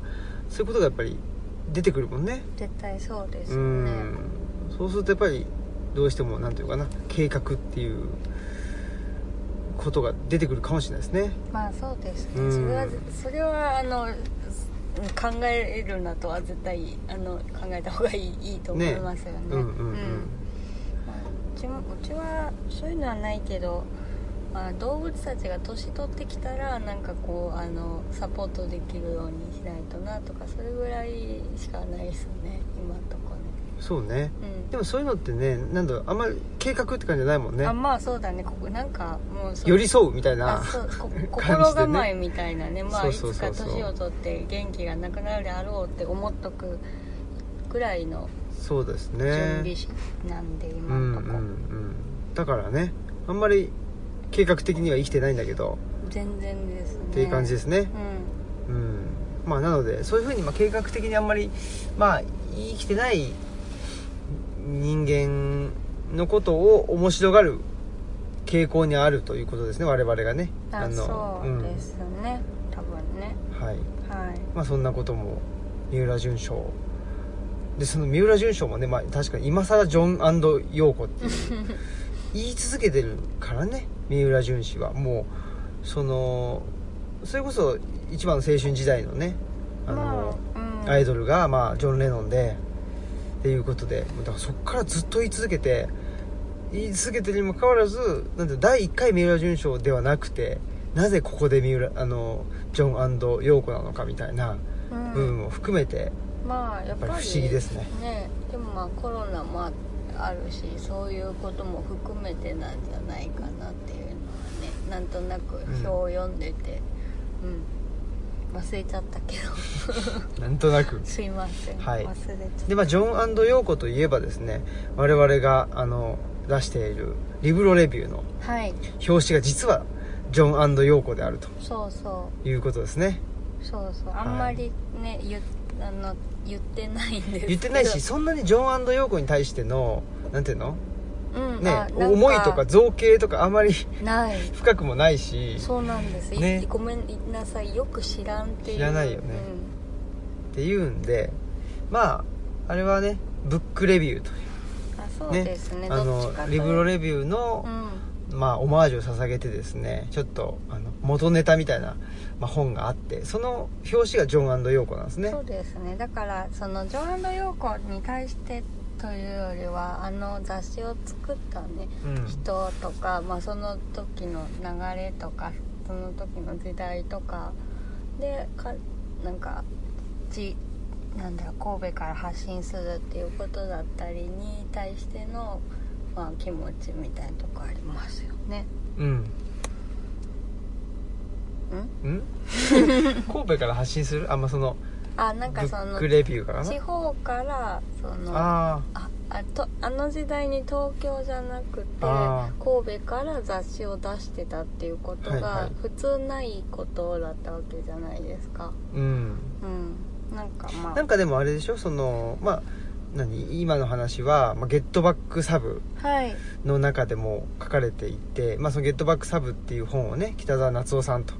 Speaker 1: そういうことがやっぱり出てくるもんね
Speaker 2: 絶対そうです
Speaker 1: う
Speaker 2: よね
Speaker 1: んそうするとやっぱりどうしてもなんていうかな計画っていうことが出てくるかもしれないですね
Speaker 2: まあそうですね、
Speaker 1: うん
Speaker 2: それはそれはあの考えるなとは絶対あの考えた方がいいいいと思いますよね
Speaker 1: うんうん
Speaker 2: うんまあうちもうちはそういうのはないけど、まあ、動物たちが年取ってきたらなんかこうあのサポートできるようにしないとなとかそれぐらいしかないですね今のとこね
Speaker 1: うんそうね
Speaker 2: うん
Speaker 1: でもそういうのってねなんだろうあんまり計画って感じじゃないもんね
Speaker 2: あまあそうだねここなんかもうそう
Speaker 1: 寄り添うみたい
Speaker 2: あ
Speaker 1: な
Speaker 2: そう こ
Speaker 1: 感じ
Speaker 2: 心
Speaker 1: でね
Speaker 2: 構えみたいなねまあ
Speaker 1: そう
Speaker 2: い
Speaker 1: そう
Speaker 2: つ
Speaker 1: そ
Speaker 2: か
Speaker 1: うそう
Speaker 2: 年を取って元気がなくなるであろうって思っとくぐらいの
Speaker 1: そうです
Speaker 2: 準
Speaker 1: ね
Speaker 2: 備しなんで
Speaker 1: う
Speaker 2: 今
Speaker 1: ん
Speaker 2: の
Speaker 1: う
Speaker 2: とこ、
Speaker 1: んうんだからねあんまり計画的には生きてないんだけど、
Speaker 2: 全然ですね
Speaker 1: っていう感じですね
Speaker 2: うん
Speaker 1: うんまあなのでそういうふうにまあ計画的にあんまりまあ生きてない人間のことを面白がる傾向にあるということですね我々がね
Speaker 2: あ
Speaker 1: の
Speaker 2: そうですね、多分ね
Speaker 1: うん、はい
Speaker 2: はい
Speaker 1: まあそんなことも三浦淳賞でその三浦淳賞もね、まあ、確かに今更ジョン陽子っていう言い続けてるからね三浦淳氏はもうそのそれこそ一番の青春時代のねあの、
Speaker 2: まあうん、
Speaker 1: アイドルが、まあ、ジョン・レノンでっていうことでだからそこからずっと言い続けて言い続けてるにもかかわらずなんて第1回三浦淳賞ではなくてなぜここで三浦あのジョン陽子なのかみたいな
Speaker 2: う
Speaker 1: 部
Speaker 2: ん
Speaker 1: 分も含めて、
Speaker 2: まあやっぱ
Speaker 1: や
Speaker 2: り
Speaker 1: っぱり不思議ですね
Speaker 2: でもまあコロナもああるしそういうことも含めてなんじゃないかなっていうのはねなんとなく表を読んでてうん、忘れちゃったけど
Speaker 1: なんとなく
Speaker 2: すいません、
Speaker 1: はい
Speaker 2: 忘れちゃった
Speaker 1: で、まあ、ジョン陽子といえばですね我々があの出しているリブロレビューの
Speaker 2: はい
Speaker 1: 表紙が実はジョンヨーコであると
Speaker 2: そうそ
Speaker 1: いうことですね
Speaker 2: うそうそうあんまりね、言っあの言ってないんですけど
Speaker 1: 言ってないしそんなにジョンヨーコに対してのなんていうの、
Speaker 2: うん
Speaker 1: ね
Speaker 2: あ、なん
Speaker 1: 思いとか造形とかあまり
Speaker 2: ない
Speaker 1: 深くもないし
Speaker 2: そうなんです、
Speaker 1: ね
Speaker 2: いごめんなさいよく知らんっていう
Speaker 1: 知らないよねっていうんでまああれはねブックレビューとい
Speaker 2: うん、あそう
Speaker 1: うね
Speaker 2: ですね
Speaker 1: あ
Speaker 2: ど
Speaker 1: の
Speaker 2: っちかと
Speaker 1: リブロ
Speaker 2: レ
Speaker 1: レビューの、
Speaker 2: うん
Speaker 1: まあ、オマージュを捧げてですねちょっとあの元ネタみたいな、まあ、本があってその表紙がジョンヨーコなんですね
Speaker 2: そうですねだからそのジョアン・ド・ヨーコに対してというよりはあの雑誌を作ったね
Speaker 1: うん
Speaker 2: 人とか、まあ、その時の流れとかその時の時代とかでかなんかじなんだろう神戸から発信するっていうことだったりに対しての、まあ、気持ちみたいなとこありますよね。
Speaker 1: うん
Speaker 2: ん
Speaker 1: うん 神戸から発信するあんまあその
Speaker 2: あなん
Speaker 1: ブ
Speaker 2: かそ
Speaker 1: ッ
Speaker 2: の
Speaker 1: クレビューからな
Speaker 2: 地方からその
Speaker 1: あ
Speaker 2: ああとあの時代に東京じゃなくて
Speaker 1: あ
Speaker 2: 神戸から雑誌を出してたっていうこと
Speaker 1: はいは
Speaker 2: が
Speaker 1: い
Speaker 2: 普通ないことだったわけじゃないですか
Speaker 1: あうん
Speaker 2: うんなんかま
Speaker 1: なんかでもあれでしょそのまあ何今の話は、まあ、ゲットバックサブ
Speaker 2: あはい
Speaker 1: の中でも書かれていて、まあ、そのゲットバックサブっていう本をね北澤夏夫さんと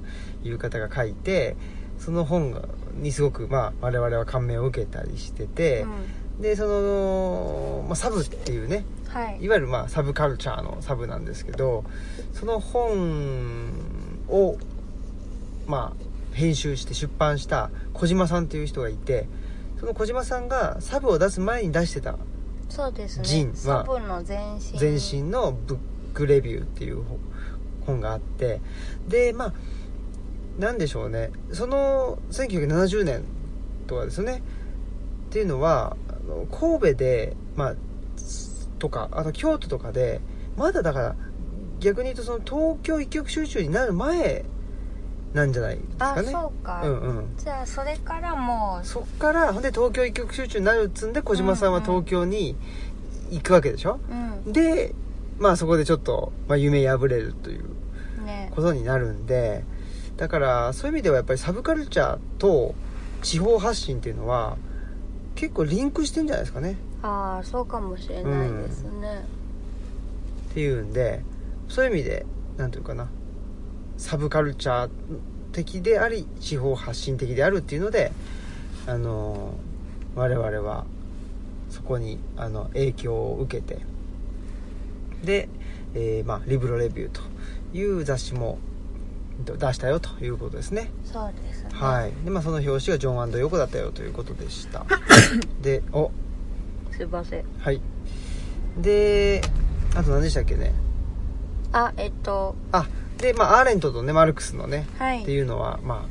Speaker 1: いう方が書いてその本がにすごく、まあ、我々は感銘を受けたりしてて、
Speaker 2: うん
Speaker 1: でその、まあ、サブっていうね
Speaker 2: はい
Speaker 1: いわゆるまあサブカルチャーのサブなんですけどその本をまあ編集して出版した小島さんという人がいてその小島さんがサブを出す前に出してた
Speaker 2: そうです
Speaker 1: ジ
Speaker 2: ね
Speaker 1: ン
Speaker 2: サブの前身
Speaker 1: 全身のブックレビューっていう本本があってでまあなんでしょうねその1970年とかですよねっていうのはあの神戸でまあとかあと京都とかでまだだから逆に言うとその東京一極集中になる前なんじゃないですか
Speaker 2: あ
Speaker 1: ね
Speaker 2: そうか、
Speaker 1: うんうん
Speaker 2: じゃあそれからもう
Speaker 1: そっからほんで東京一極集中になるっつんで小島さんは東京に行くわけでしょ、
Speaker 2: うん
Speaker 1: でまあそこでちょっと、まあ、夢破れるという
Speaker 2: ね
Speaker 1: ことになるんでだからそういう意味ではやっぱりサブカルチャーと地方発信っていうのは結構リンクしてんじゃないですかね
Speaker 2: ああそうかもしれないですね、
Speaker 1: っていうんでそういう意味で何ていうかなサブカルチャー的であり地方発信的であるっていうのであの我々はそこにあの影響を受けてで、えーまあ、リブロレビューという雑誌も出したよということですね
Speaker 2: そうですね
Speaker 1: はいで、まあ、その表紙がジョンヨコだったよということでしたでお
Speaker 2: すいません
Speaker 1: はいであと何でしたっけね
Speaker 2: あえっと
Speaker 1: あでまあアーレントとねマルクスのね、
Speaker 2: はい
Speaker 1: っていうのはま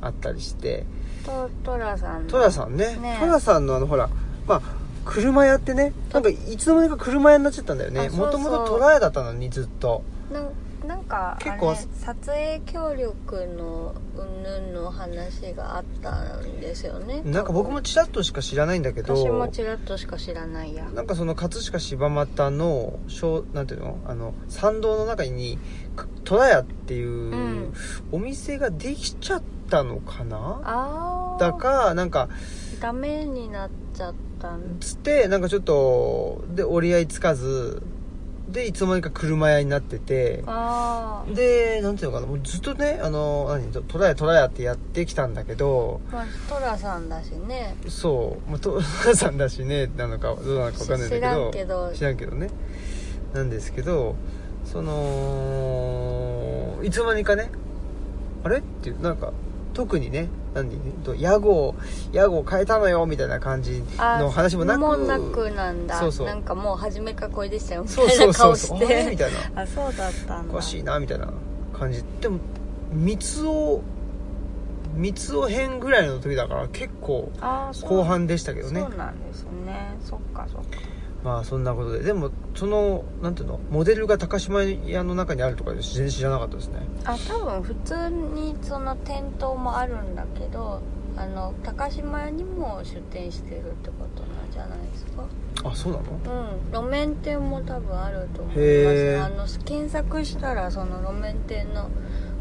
Speaker 1: ああったりして
Speaker 2: とトラさんの
Speaker 1: トラさんね
Speaker 2: ね
Speaker 1: トラさんのあのほらまあ車屋ってねなんかいつの間にか車屋になっちゃったんだよね
Speaker 2: あそ
Speaker 1: も
Speaker 2: う
Speaker 1: と
Speaker 2: そう
Speaker 1: もとトラ屋だったのにずっと
Speaker 2: なんなんか
Speaker 1: 結構
Speaker 2: あれ撮影協力の云々の話があったんですよね
Speaker 1: なんか僕もちらっとしか知らないんだけど
Speaker 2: 私もちらっとしか知らないや
Speaker 1: なんかその葛飾柴又の小なんていうのあの参道の中にくトラ屋っていう、
Speaker 2: ん
Speaker 1: お店ができちゃったのかな
Speaker 2: ああ
Speaker 1: だかなんか
Speaker 2: ダメになっちゃったん
Speaker 1: つってなんかちょっとで折り合いつかずでいつの間にか車屋になってて
Speaker 2: ああ
Speaker 1: でなんていうのかなもうずっとねあの何トトラヤトラヤってやってきたんだけど
Speaker 2: まあトラさんだしね
Speaker 1: そう、まあ、トラさんだしねなのかどうなのか分かんないんだけど
Speaker 2: 知ら
Speaker 1: 知ら
Speaker 2: んけど
Speaker 1: んけどねなんですけどそのいつの間にかねあれっていうなんか特にね何と屋号屋号変えたのよみたいな感じ
Speaker 2: あ
Speaker 1: の話もなく
Speaker 2: もうなくなんだ
Speaker 1: そうそう
Speaker 2: なんかもう初めからこれでしたよみ
Speaker 1: そう
Speaker 2: たい
Speaker 1: そ
Speaker 2: な
Speaker 1: うそう
Speaker 2: 顔
Speaker 1: そ
Speaker 2: し
Speaker 1: う
Speaker 2: て
Speaker 1: あれみたいな
Speaker 2: あそうだったん
Speaker 1: お
Speaker 2: だ
Speaker 1: かしいなみたいな感じでも三つを三つを編ぐらいの時だから結構
Speaker 2: あーそう
Speaker 1: 後半でしたけどね
Speaker 2: そうなんですねそっかそっか
Speaker 1: まあそんなことででもそのなんていうのモデルが高島屋の中にあるとか全然知らなかったですね
Speaker 2: あ多分普通にその店頭もあるんだけどあの高島屋にも出店してるってことなんじゃないですか
Speaker 1: あそうなの
Speaker 2: うん路面店も多分あると思い
Speaker 1: へー
Speaker 2: ますあの検索したらその路面店の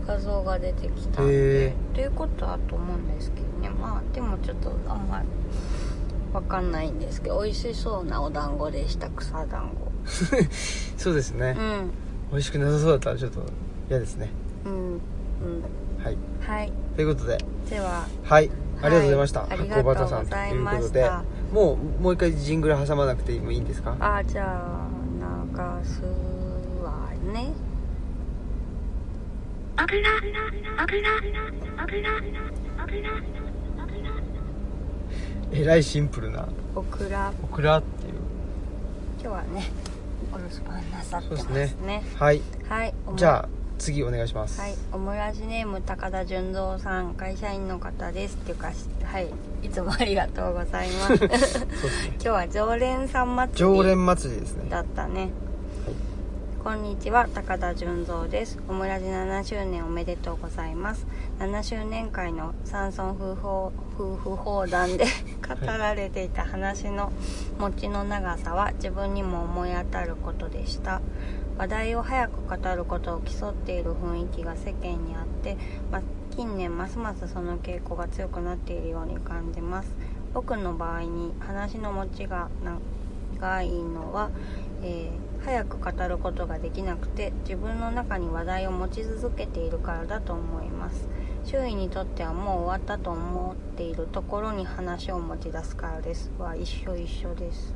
Speaker 2: 画像が出てきたんで
Speaker 1: へ
Speaker 2: ということだと思うんですけどねまあでもちょっとあんまりわかんないんですけど美味しそうなお団子でした草団子
Speaker 1: そうですね、
Speaker 2: うん
Speaker 1: 美味しくなさそうだったらちょっと嫌ですね
Speaker 2: うんうん
Speaker 1: はい
Speaker 2: はい
Speaker 1: ということで
Speaker 2: では
Speaker 1: はいありがとうございました、
Speaker 2: はい
Speaker 1: 発
Speaker 2: ありがと
Speaker 1: 酵
Speaker 2: う
Speaker 1: バタさんと
Speaker 2: ござい
Speaker 1: いう
Speaker 2: ま
Speaker 1: こと
Speaker 2: した
Speaker 1: でもうもう一回ジングル挟まなくてもいいんですか
Speaker 2: あじゃあ流すわね
Speaker 3: あぐら、あぐら、あぐら、あぐら、あぐら。
Speaker 1: えらいシンプルな
Speaker 2: オクラ
Speaker 1: オクラっていう
Speaker 2: 今日はねお留守番なさってます
Speaker 1: そうで
Speaker 2: ね
Speaker 1: すはい
Speaker 2: はいおも
Speaker 1: じゃあ次お願いします、
Speaker 2: はい、オムラジネーム高田純三さん会社員の方ですっていうかしはいいつもありがとうございま す
Speaker 1: そうですね
Speaker 2: 今日は常連さん祭り
Speaker 1: 常連祭りですね
Speaker 2: だったね、こんにちは高田純三ですオムラジ7周年おめでとうございます7周年会の山村夫婦を夫婦砲弾で 語られていた話の持ちの長さは自分にも思い当たることでした話題を早く語ることを競っている雰囲気が世間にあって、ま、近年ますますその傾向が強くなっているように感じます僕の場合に話の持ちが長いのは、えー早く語ることができなくて自分の中に話題を持ち続けているからだと思います周囲にとってはもう終わったと思っているところに話を持ち出すからですは一緒一緒です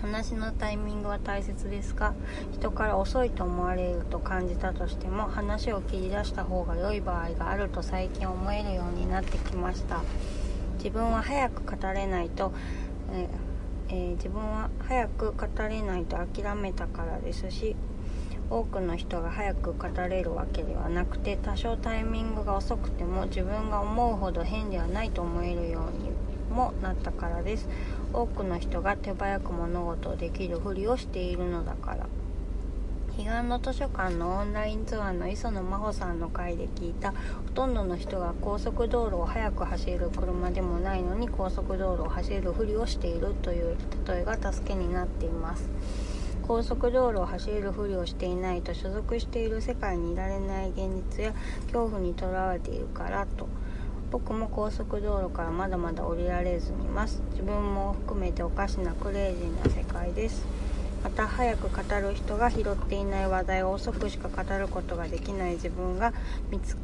Speaker 2: 話のタイミングは大切ですが人から遅いと思われると感じたとしても話を切り出した方が良い場合があると最近思えるようになってきました自分は早く語れないと、えーえー自分は早く語れないと諦めたからですし多くの人が早く語れるわけではなくて多少タイミングが遅くても自分が思うほど変ではないと思えるようにもなったからです多くの人が手早く物事をできるふりをしているのだから彼岸の図書館のオンラインツアーの磯野真帆さんの回で聞いたほとんどの人が高速道路を速く走る車でもないのに高速道路を走るふりをしているという例えが助けになっています高速道路を走るふりをしていないと所属している世界にいられない現実や恐怖にとらわれているからと僕も高速道路からまだまだ降りられずにいます自分も含めておかしなクレイジーな世界ですまた早く語る人が拾っていない話題を遅くしか語ることができない自分が見つ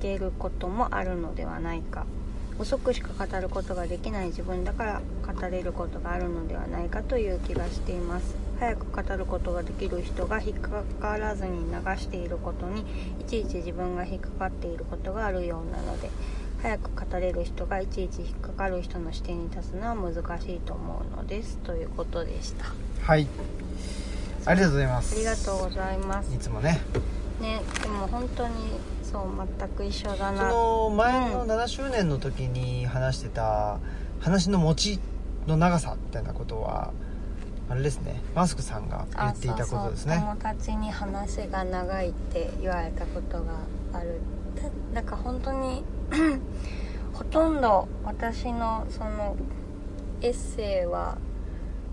Speaker 2: けることもあるのではないか遅くしか語ることができない自分だから語れることがあるのではないかという気がしています早く語ることができる人が引っかからずに流していることにいちいち自分が引っかかっていることがあるようなので早く語れる人がいちいち引っかかる人の視点に立つのは難しいと思うのですということでしたあ
Speaker 1: はいありがとうございます
Speaker 2: りがとうございます
Speaker 1: いつもね
Speaker 2: ねでも本当にそう全く一緒だ
Speaker 1: そ
Speaker 2: な
Speaker 1: の前の7周年の時に話してた話の持ちの長さみたいなことはあれですねマスクさんが言っていたことですね
Speaker 2: あそうそう友達に話が長いって言われたことがあるだだから本当に ほとんど私のそのエッセイは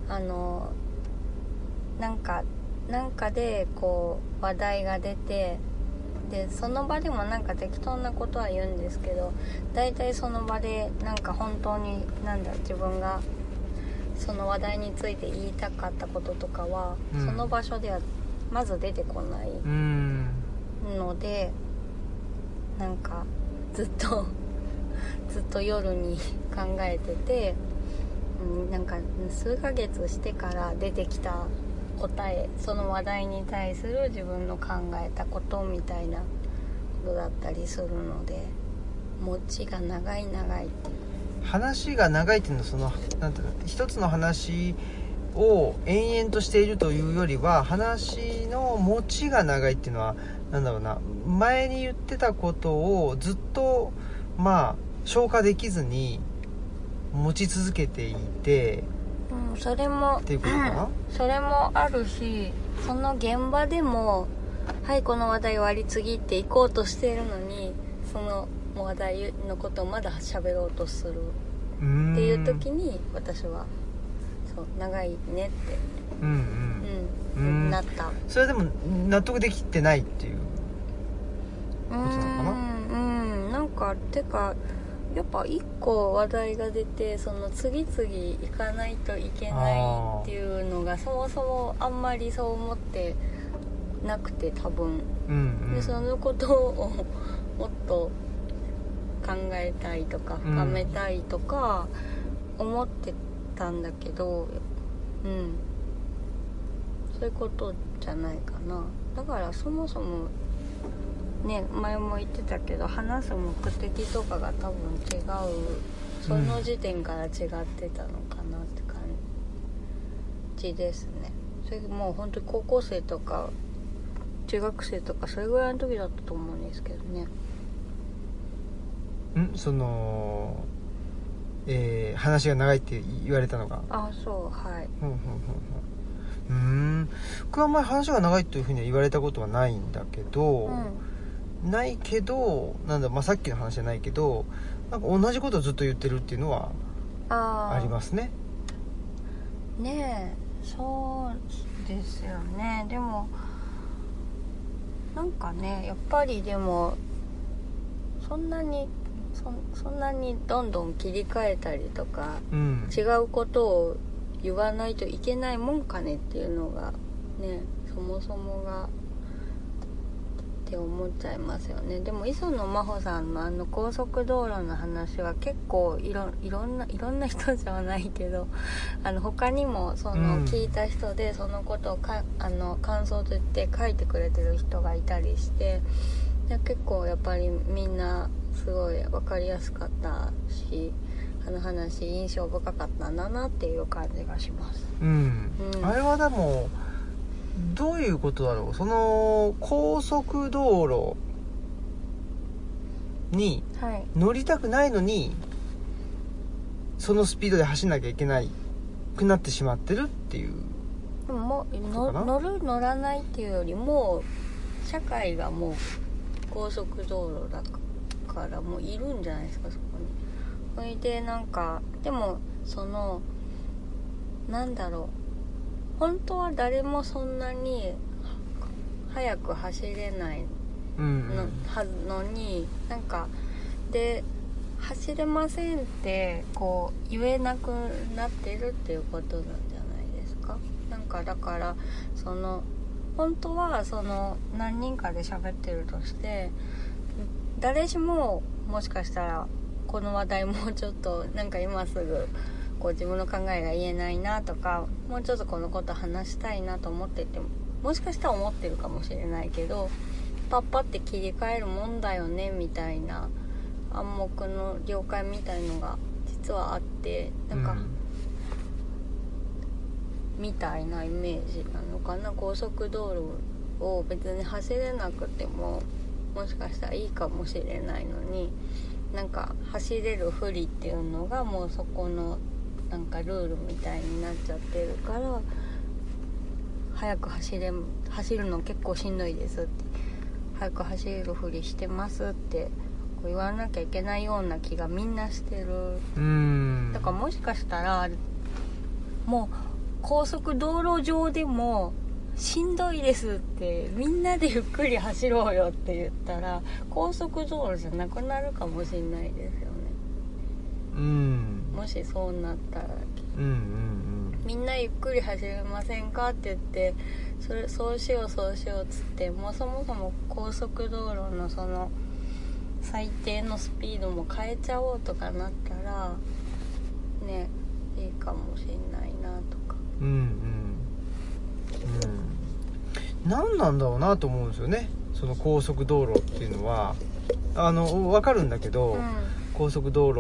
Speaker 2: あのなんかなんかでこう話題が出てでその場でもなんか適当なことは言うんですけど大体その場でなんか本当になんだ自分がその話題について言いたかったこととかは、
Speaker 1: うん
Speaker 2: その場所ではまず出てこないう
Speaker 1: ーん
Speaker 2: のでなんかずっと ずっと夜に考えてて、うん、なんか数ヶ月してから出てきた答えその話題に対する自分の考えたことみたいなことだったりするので持ちが長い長いって
Speaker 1: 話が長いっていうのはそのなんていうの一つの話を延々としているというよりは話の持ちが長いっていうのはなんだろうな前に言ってたことをずっとまあ消化できずに持ち続けていて
Speaker 2: うん、それも
Speaker 1: っていうことかな
Speaker 2: うんそれもあるしその現場でも「はいこの話題終わり次」って行こうとしてるのにそのお話題のことをまだ喋ろうとする
Speaker 1: うーん
Speaker 2: っていう時に私はそう長いねって
Speaker 1: うんうん、
Speaker 2: う
Speaker 1: うんん
Speaker 2: なった
Speaker 1: それでも納得できてないっていう
Speaker 2: う
Speaker 1: なのかなん
Speaker 2: うんなんかてかやっぱ一個話題が出てその次々行かないといけないっていうのがそもそもあんまりそう思ってなくて多分
Speaker 1: うんう
Speaker 2: で
Speaker 1: ん
Speaker 2: そのことをもっと考えたいとか
Speaker 1: うん
Speaker 2: 深めたいとか思ってたんだけどうんそういうことじゃないかなだからそもそもね前も言ってたけど話す目的とかが多分違うその時点から違ってたのかなって感じですねそれもう本当に高校生とか中学生とかそれぐらいの時だったと思うんですけどね
Speaker 1: んそのえー話が長いって言われたのが
Speaker 2: あそうはい
Speaker 1: ふんふんふんふんうーん僕はあんまり話が長いというふうには言われたことはないんだけど、
Speaker 2: う
Speaker 1: ないけどなんだ、まあ、さっきの話じゃないけどなんか同じことをずっと言ってるっていうのは
Speaker 2: んあ
Speaker 1: ありますすね
Speaker 2: ねえそうですよねでもなんかねやっぱりでもそんなにそそんなにどんどん切り替えたりとか
Speaker 1: うん
Speaker 2: 違うことを言わないといけないもんかねっていうのがねそもそもがって思っちゃいますよねでも磯野真帆さんのあの高速道路の話は結構いろいろんないろんな人じゃないけど あの他にもその
Speaker 1: うん
Speaker 2: 聞いた人でそのことをかあの感想と言って書いてくれてる人がいたりしてで結構やっぱりみんなすごい分かりやすかったしあの話印象深かったんだなっていう感じがします
Speaker 1: うん、
Speaker 2: うん
Speaker 1: あれはでもどういうことだろうその高速道路に
Speaker 2: はい
Speaker 1: 乗りたくないのにそのスピードで走んなきゃいけないくなってしまってるっていう
Speaker 2: でももう
Speaker 1: そう
Speaker 2: の
Speaker 1: かな
Speaker 2: 乗る乗らないっていうよりもう社会がもう高速道路だからもういるんじゃないですかそこにそれでなんかでもそのなんだろう本当は誰もそんなに早く走れない
Speaker 1: うん
Speaker 2: のはずのになんかで走れませんってこう言えなくなってるっていうことなんじゃないですかなんかだからその本当はその何人かで喋ってるとして誰しももしかしたらこの話題もうちょっとなんか今すぐこう自分の考えが言えないなとかもうちょっとこのこと話したいなと思っててももしかしたら思ってるかもしれないけどパッパって切り替えるもんだよねみたいな暗黙の了解みたいのが実はあってなんか、みたいなイメージなのかな高速道路を別に走れなくてももしかしたらいいかもしれないのになんか走れる不利っていうのがもうそこのなんかルールみたいになっちゃってるから早く走れ走るの結構しんどいですって早く走れるふりしてますってこう言わなきゃいけないような気がみんなしてる
Speaker 1: うんうん
Speaker 2: だからもしかしたらもう高速道路上でもしんどいですってみんなでゆっくり走ろうよって言ったら高速道路じゃなくなるかもしれないですよね
Speaker 1: うん
Speaker 2: もしそうなったら
Speaker 1: うんうん
Speaker 2: みんなゆっくり走れませんかって言ってそれそうしようそうしようっつってもうそもそも高速道路のその最低のスピードも変えちゃおうとかなったらねいいかもしんないなとか
Speaker 1: うんうんうんうん何なんだろうなと思うんですよねその高速道路っていうのはあの分かるんだけど、
Speaker 2: う
Speaker 1: 高速道路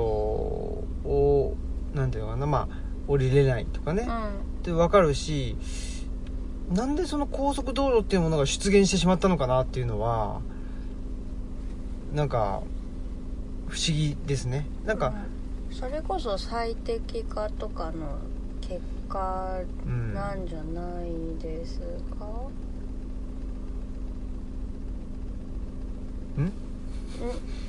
Speaker 1: をなんていうのかなまあ降りれないとかね、
Speaker 2: ん
Speaker 1: って分かるしなんでその高速道路っていうものが出現してしまったのかなっていうのはなんか不思議ですねなんか、
Speaker 2: うんそれこそ最適化とかの結果
Speaker 1: うん、
Speaker 2: なんじゃないですか、
Speaker 1: ん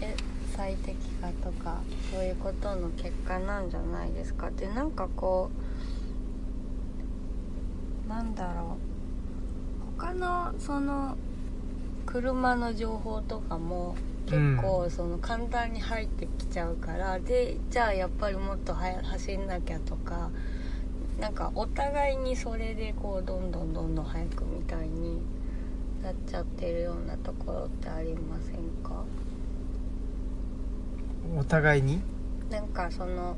Speaker 2: え最適化とかそういうことの結果なんじゃないですかでなんかこうなんだろう他のその車の情報とかも結構その簡単に入ってきちゃうから、でじゃあやっぱりもっとはや走んなきゃとかなんかお互いにそれでこうどんどんどんどん速くみたいになっちゃってるようなところってありませんか
Speaker 1: お互いに
Speaker 2: なんかその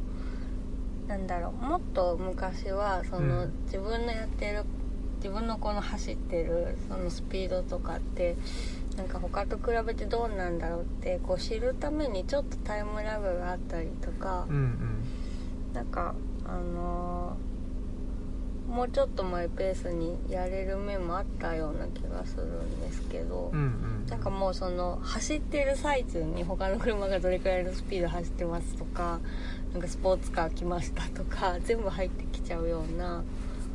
Speaker 2: なんだろうもっと昔はその、
Speaker 1: うん
Speaker 2: 自分のやってる自分のこの走ってるそのスピードとかってなんか他と比べてどうなんだろうってこう知るためにちょっとタイムラグがあったりとか
Speaker 1: う、ん
Speaker 2: なんかあのーもうちょっとマイペースにやれる面もあったような気がするんですけど、
Speaker 1: うんうん
Speaker 2: なんかもうその走ってる最中に他の車がどれくらいのスピード走ってますとかなんかスポーツカー来ましたとか 全部入ってきちゃうような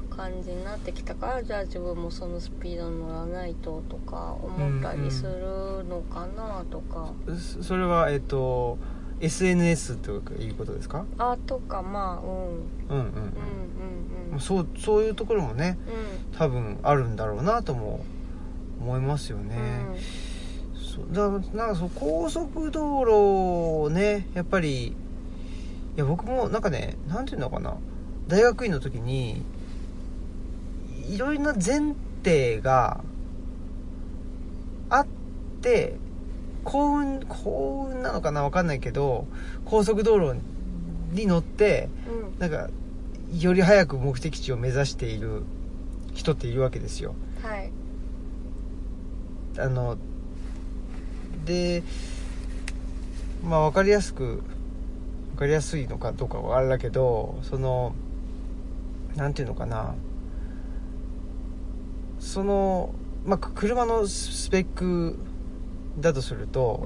Speaker 2: 感じになってきたからじゃあ自分もそのスピードに乗らないととか思ったりするのかなとか、
Speaker 1: うんそそれはえっと SNS ということですか
Speaker 2: あとかまあうん
Speaker 1: うんうん
Speaker 2: うんうん
Speaker 1: う
Speaker 2: うん
Speaker 1: んそうそういうところもね
Speaker 2: う
Speaker 1: 多分あるんだろうなとも思いますよね、
Speaker 2: んうん
Speaker 1: そうだなんかその高速道路をねやっぱりいや僕もなんかねなんていうのかな大学院の時にいろいろな前提があって幸運幸運なのかなわかんないけど高速道路に乗って
Speaker 2: うん
Speaker 1: なんかより早く目的地を目指している人っているわけですよ。
Speaker 2: はい
Speaker 1: あのでまあ分かりやすく分かりやすいのかどうかはあれだけどそのなんていうのかなその、まあ、く車のスペックだとする
Speaker 2: う
Speaker 1: と、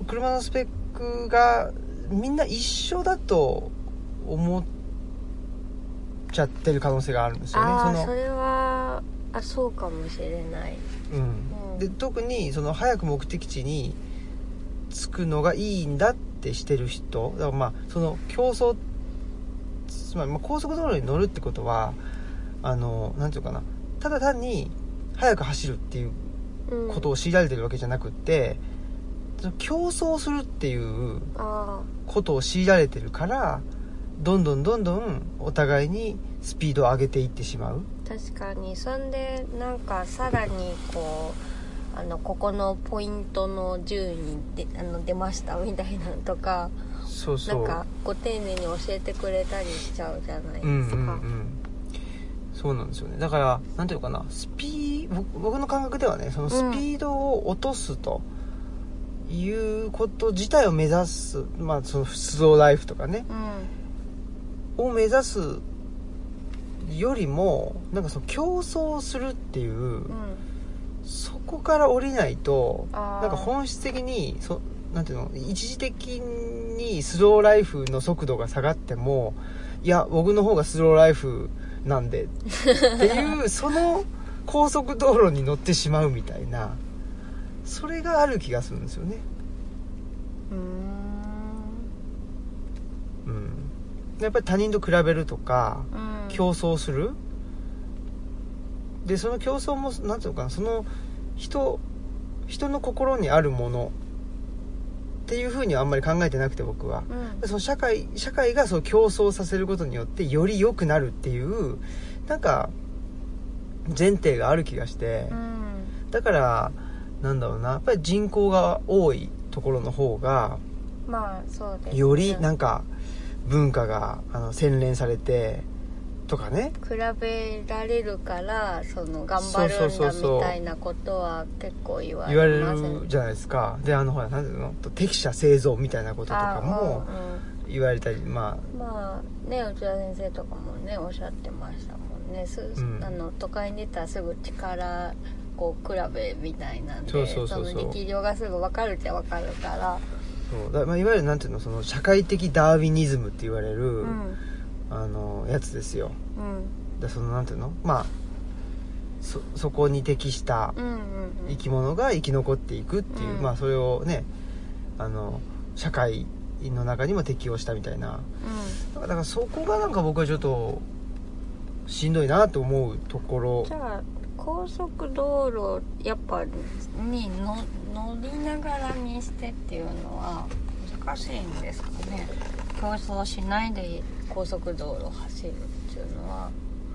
Speaker 2: ん
Speaker 1: 車のスペックがみんな一緒だと思っちゃってる可能性があるんですよね。
Speaker 2: ああ
Speaker 1: の
Speaker 2: それはあそうかもしれない
Speaker 1: うん
Speaker 2: うん
Speaker 1: で特にその早く目的地に着くのがいいんだってしてる人だからまあその競争つまりまあ高速道路に乗るってことはあのなんていうのかなただ単に早く走るっていう
Speaker 2: うん
Speaker 1: ことを強いられてるわけじゃなくって、その競争するっていう
Speaker 2: あ
Speaker 1: ことを強いられてるからどんどんどんどんお互いにスピードを上げていってしまう。
Speaker 2: あ確かにそんでなんかさらにこうあのここのポイントの順位であの出ましたみたいなのとか
Speaker 1: そう
Speaker 2: な
Speaker 1: そうん
Speaker 2: かご丁寧に教えてくれたりしちゃうじゃない
Speaker 1: うん
Speaker 2: です
Speaker 1: うんう
Speaker 2: か
Speaker 1: んそうなんですよねだからなんていうのかなスピー僕僕の感覚ではねそのスピードを落とすということ自体を目指す、まあその出動ライフとかね
Speaker 2: うん
Speaker 1: を目指すよりもなんかその競争するっていう、
Speaker 2: うん
Speaker 1: そこから降りないと
Speaker 2: あー
Speaker 1: なんか本質的にそなんていうの一時的にスローライフの速度が下がってもいや僕の方がスローライフなんでっていうその高速道路に乗ってしまうみたいなそれがある気がするんですよね。
Speaker 2: うーん
Speaker 1: うん、やっぱり他人と比べるとか
Speaker 2: うん
Speaker 1: 競争するでその競争もなんていうのかなその人人の心にあるものっていうふうにはあんまり考えてなくて僕は
Speaker 2: うん
Speaker 1: その社会社会がそう競争させることによってより良くなるっていうなんか前提がある気がして
Speaker 2: うん
Speaker 1: だからなんだろうなやっぱり人口が多いところの方が
Speaker 2: まあそうですね
Speaker 1: よりなんか文化があの洗練されてとかね
Speaker 2: 比べられるからその頑張
Speaker 1: そう
Speaker 2: るん
Speaker 1: そう
Speaker 2: だ
Speaker 1: そうそう
Speaker 2: みたいなことは結構言わ
Speaker 1: 言われ
Speaker 2: れますね
Speaker 1: るじゃないですかであのほらなんていうの適者製造みたいなこととかも
Speaker 2: あー
Speaker 1: 言われたりま
Speaker 2: うんうんまあね内田先生とかもねおっしゃってましたもんねす、
Speaker 1: ん
Speaker 2: あの都会に出たらすぐ力こう比べみたいなんで
Speaker 1: そうそうそうそう
Speaker 2: の力量がすぐ分かるっちゃ分かるから
Speaker 1: あそうだまあいわゆるなんていうのその社会的ダーウィニズムって言われる、
Speaker 2: うん
Speaker 1: あのやつですよ
Speaker 2: うん
Speaker 1: だそのなんていうのまあそそこに適した
Speaker 2: うんうんうん
Speaker 1: 生き物が生き残っていくっていう、
Speaker 2: うん
Speaker 1: まあそれをねあの社会の中にも適応したみたいななんかだからそこがなんか僕はちょっとしんどいなと思うところ
Speaker 2: じゃあ高速道路やっぱにの乗りながらにしてっていうのは難しいんですかね競争しないで高速道路を走るっていうのは、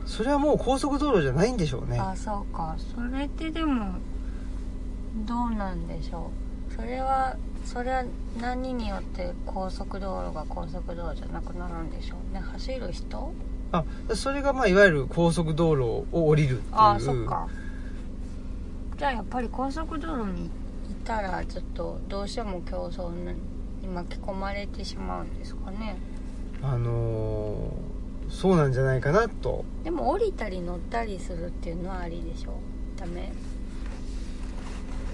Speaker 1: それはもう高速道路じゃないんでしょうね
Speaker 2: あそうかそれってでもどうなんでしょうそれはそれは何によって高速道路が高速道路じゃなくなるんでしょうね走る人
Speaker 1: あそれがまあいわゆる高速道路を降りるっていう
Speaker 2: ああそっかじゃあやっぱり高速道路にいたらちょっとどうしても競争に巻き込まれてしまうんですかね
Speaker 1: あのーそうなんじゃないかなと
Speaker 2: でも降りたり乗ったりするっていうのはありでしょダメ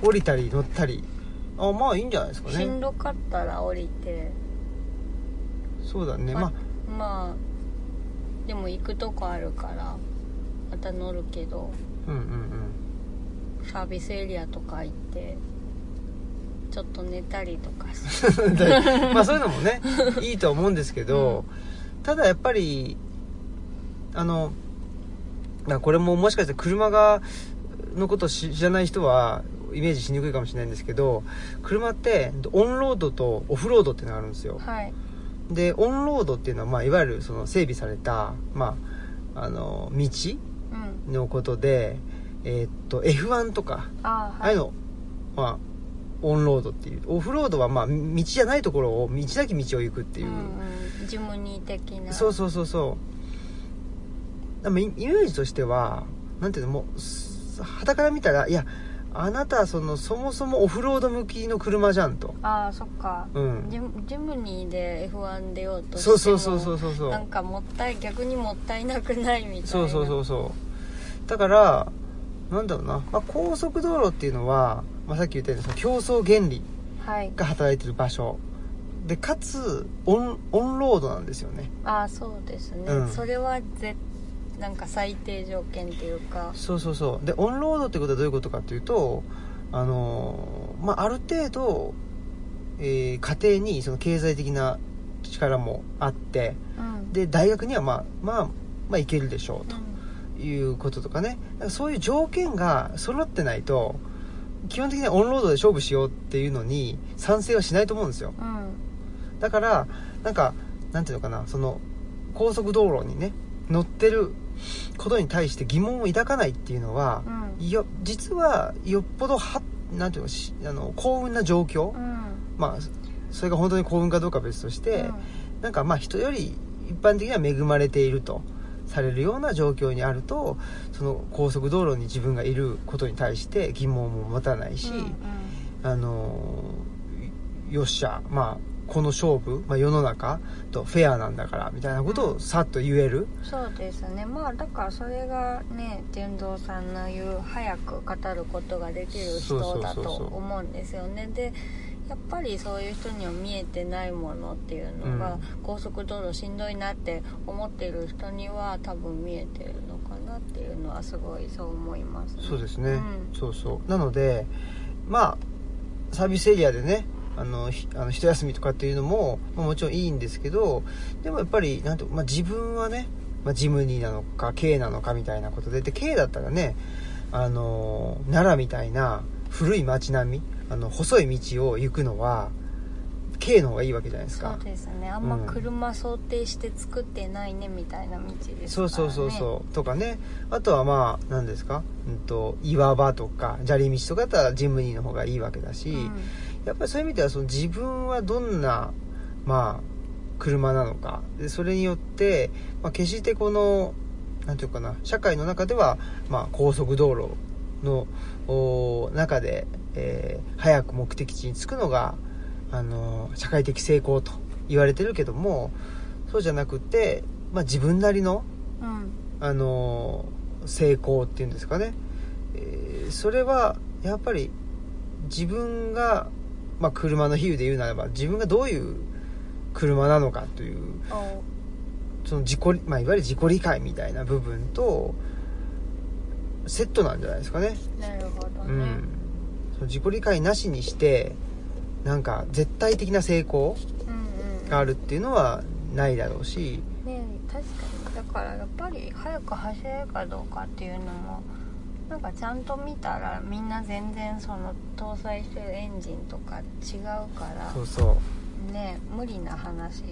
Speaker 1: 降りたり乗ったりあまあいいんじゃないですか
Speaker 2: しん
Speaker 1: ね
Speaker 2: どかったら降りて
Speaker 1: そうだねま
Speaker 2: ま
Speaker 1: あ
Speaker 2: まあでも行くとこあるからまた乗るけど
Speaker 1: うんうんうん
Speaker 2: サービスエリアとか行ってちょっと寝たりとかして
Speaker 1: でまあそういうのも ねいいとは思うんですけど、ただやっぱりあのまあこれももしかして車がのことを知知らない人はイメージしにくいかもしれないんですけど車ってオンロードとオフロードっていうのがあるんですよ
Speaker 2: はい
Speaker 1: でオンロードっていうのは、まあ、いわゆるその整備された、まあ、あの道
Speaker 2: うん
Speaker 1: のことで、えーっと F1 とか
Speaker 2: ああ
Speaker 1: ああいうの、まあ、オンロードっていうオフロードは、まあ、道じゃないところを道なき道を行くっていう、
Speaker 2: んうん、ジムニー的な
Speaker 1: そうそうそうそうでもイイメージとしてはなんていうのもうす傍から見たらいやあなたそのそもそもオフロード向きの車じゃんと、
Speaker 2: ああそっか、
Speaker 1: うん
Speaker 2: ジムジムニーで F1 出ようとして
Speaker 1: そう
Speaker 2: も
Speaker 1: そうそうそうそうそう
Speaker 2: なんかもったい逆にもったいなくないみたいな
Speaker 1: そうそうそううそうだからなんだろうな、まあ、高速道路っていうのは、まあ、さっき言ったようにその競争原理
Speaker 2: はい
Speaker 1: が働いてる場所でかつオンオンロードなんですよね
Speaker 2: ああそうですね、
Speaker 1: うん
Speaker 2: それはぜなんか最低条件っていうか
Speaker 1: そうそうそうでオンロードってことはどういうことかっていうとあのーまあある程度、えー家庭にその経済的な力もあって
Speaker 2: うん
Speaker 1: で大学にはまあまあまあいけるでしょう
Speaker 2: うん
Speaker 1: ということとかねだからそういう条件が揃ってないと基本的にはオンロードで勝負しようっていうのに賛成はしないと思うんですよ
Speaker 2: うん
Speaker 1: だからなんかなんていうのかなその高速道路にね乗ってることに対して疑問を抱かないっていうのは、
Speaker 2: うん
Speaker 1: いや実はよっぽどはなんていうのしあの幸運な状況、
Speaker 2: うん
Speaker 1: まあそそれが本当に幸運かどうかは別として、
Speaker 2: うん
Speaker 1: なんかまあ人より一般的には恵まれているとされるような状況にあるとその高速道路に自分がいることに対して疑問も持たないし、
Speaker 2: うんうん
Speaker 1: あのーよっしゃまあこの勝負、まあ、世の中とフェアなんだからみたいなことをさっと言える、
Speaker 2: そうですねまあだからそれがね天童さんの言う早く語ることができる人だ
Speaker 1: そうそうそう
Speaker 2: と
Speaker 1: そう
Speaker 2: 思うんですよねでやっぱりそういう人には見えてないものっていうのが、
Speaker 1: うん
Speaker 2: 高速道路しんどいなって思ってる人には多分見えてるのかなっていうのはすごいそう思います、
Speaker 1: そうですね、
Speaker 2: うん
Speaker 1: そうそうなのでまあサービスエリアでねあのひあの一休みとかっていうのも、まあもちろんいいんですけどでもやっぱりなんと、まあ、自分はね、まあ、ジムニーなのか K なのかみたいなことでで K だったらねあの奈良みたいな古い町並みあの細い道を行くのは K の方がいいわけじゃないです
Speaker 2: そ
Speaker 1: か
Speaker 2: うですねあんま
Speaker 1: うん
Speaker 2: 車想定して作ってないねみたいな道ですから、ね、
Speaker 1: そうそうそうそうとかねあとはまあ何ですか、うん、と岩場とか砂利道とかだったらジムニーの方がいいわけだし、
Speaker 2: うん
Speaker 1: やっぱりそういう意味ではその自分はどんなまあ車なのかでそれによって、まあ、決してこのなんていうかな社会の中では、まあ、高速道路のおー中で、えー早く目的地に着くのが、あのー社会的成功と言われてるけどもそうじゃなくて、まあ、自分なりの
Speaker 2: うん
Speaker 1: あの成功っていうんですかね、えーそれはやっぱり自分が、まあ、車の比喩で言うならば自分がどういう車なのかという
Speaker 2: お
Speaker 1: その自己、まあ、いわゆる自己理解みたいな部分とセットなんじゃないですかね。
Speaker 2: なるほど
Speaker 1: う
Speaker 2: ね、
Speaker 1: ん、その自己理解なしにしてなんか絶対的な成功
Speaker 2: うんうん
Speaker 1: があるっていうのはないだろうし
Speaker 2: ね確かにだからやっぱり早く走れるかどうかっていうのもなんかちゃんと見たらみんな全然その搭載してるエンジンとか違うから
Speaker 1: そうそう
Speaker 2: ね無理な話比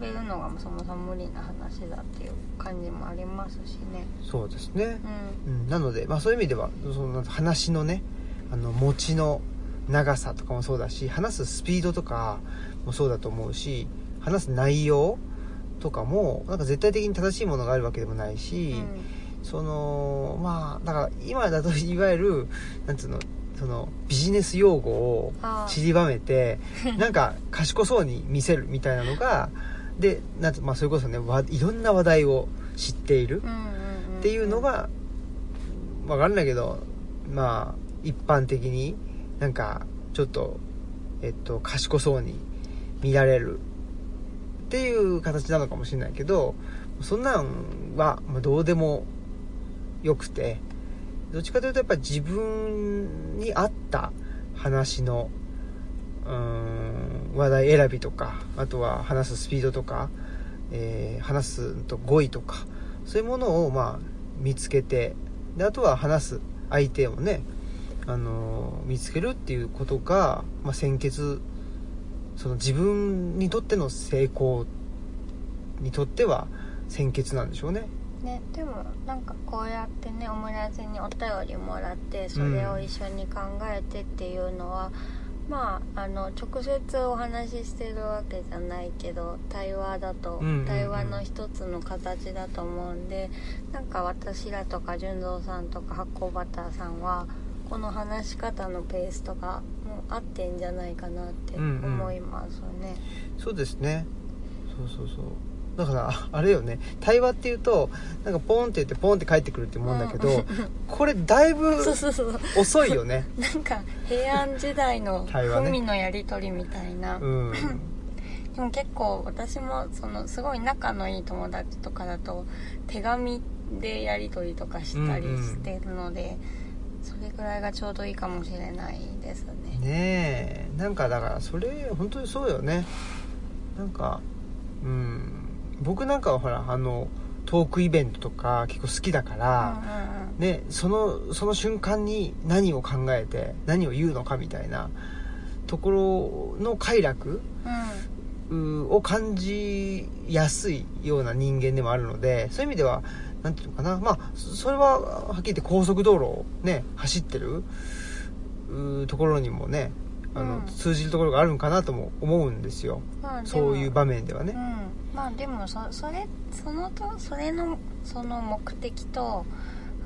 Speaker 2: べるのがそもそも無理な話だっていう感じもありますしね
Speaker 1: そうですね
Speaker 2: う、ん
Speaker 1: うん、なので、まあ、そういう意味ではその話のねあの持ちの長さとかもそうだし話すスピードとかもそうだと思うし話す内容とかもなんか絶対的に正しいものがあるわけでもないし、そのまあだから今だといわゆるなんつうのそのビジネス用語を
Speaker 2: あー
Speaker 1: 散りばめてなんか賢そうに見せるみたいなのがでなんつまあ、それこそねわいろんな話題を知っている
Speaker 2: うんうんうん
Speaker 1: っていうのがわかんないけどまあ一般的になんかちょっと、えっと、賢そうに見られるっていう形なのかもしれないけどそんなんはまあどうでもよくてどっちかというとやっぱり自分に合った話のうーん話題選びとかあとは話すスピードとか、えー話すと語彙とかそういうものをまあ見つけてであとは話す相手をね、あのー見つけるっていうことが、まあ、先決その自分にとっての成功にとっては先決なんでしょうね。
Speaker 2: ね、でもなんかこうやってねオムラジにお便りもらってそれを一緒に考えてっていうのは、まああの直接お話ししてるわけじゃないけど対話だと、
Speaker 1: うんうんうん
Speaker 2: 対話の一つの形だと思うんでなんか私らとか純三さんとか発酵バターさんはこの話し方のペースとかもう合ってんじゃないかなって思いますよね。
Speaker 1: そうですねそうそうそうだからああれよね対話っていうとなんかポンって言ってポンって帰ってくるって思うんだけど、
Speaker 2: うん
Speaker 1: これだいぶ
Speaker 2: そうそうそう
Speaker 1: 遅いよね
Speaker 2: なんか平安時代の
Speaker 1: 対話ね
Speaker 2: 文のやり取りみたい な、
Speaker 1: うん
Speaker 2: でも結構私もそのすごい仲のいい友達とかだと手紙でやり取りとかしたりしてるので、それぐらいがちょうどいいかもしれないですね
Speaker 1: ねえなんかだからそれ本当にそうよねなんかうん僕なんかはほらあのトークイベントとか結構好きだか
Speaker 2: うん
Speaker 1: ら、ね、そのその瞬間に何を考えて何を言うのかみたいなところの快楽
Speaker 2: うんうん
Speaker 1: うを感じやすいような人間でもあるのでそういう意味では何ていうのかなまあそそれははっきり言って高速道路をね走ってるうところにもねあの、
Speaker 2: うん
Speaker 1: 通じるところがあるんかなとも思うんですよ
Speaker 2: まあでも
Speaker 1: そういう場面では
Speaker 2: う
Speaker 1: ね。
Speaker 2: ん、まあでもそそれそのとそれのその目的と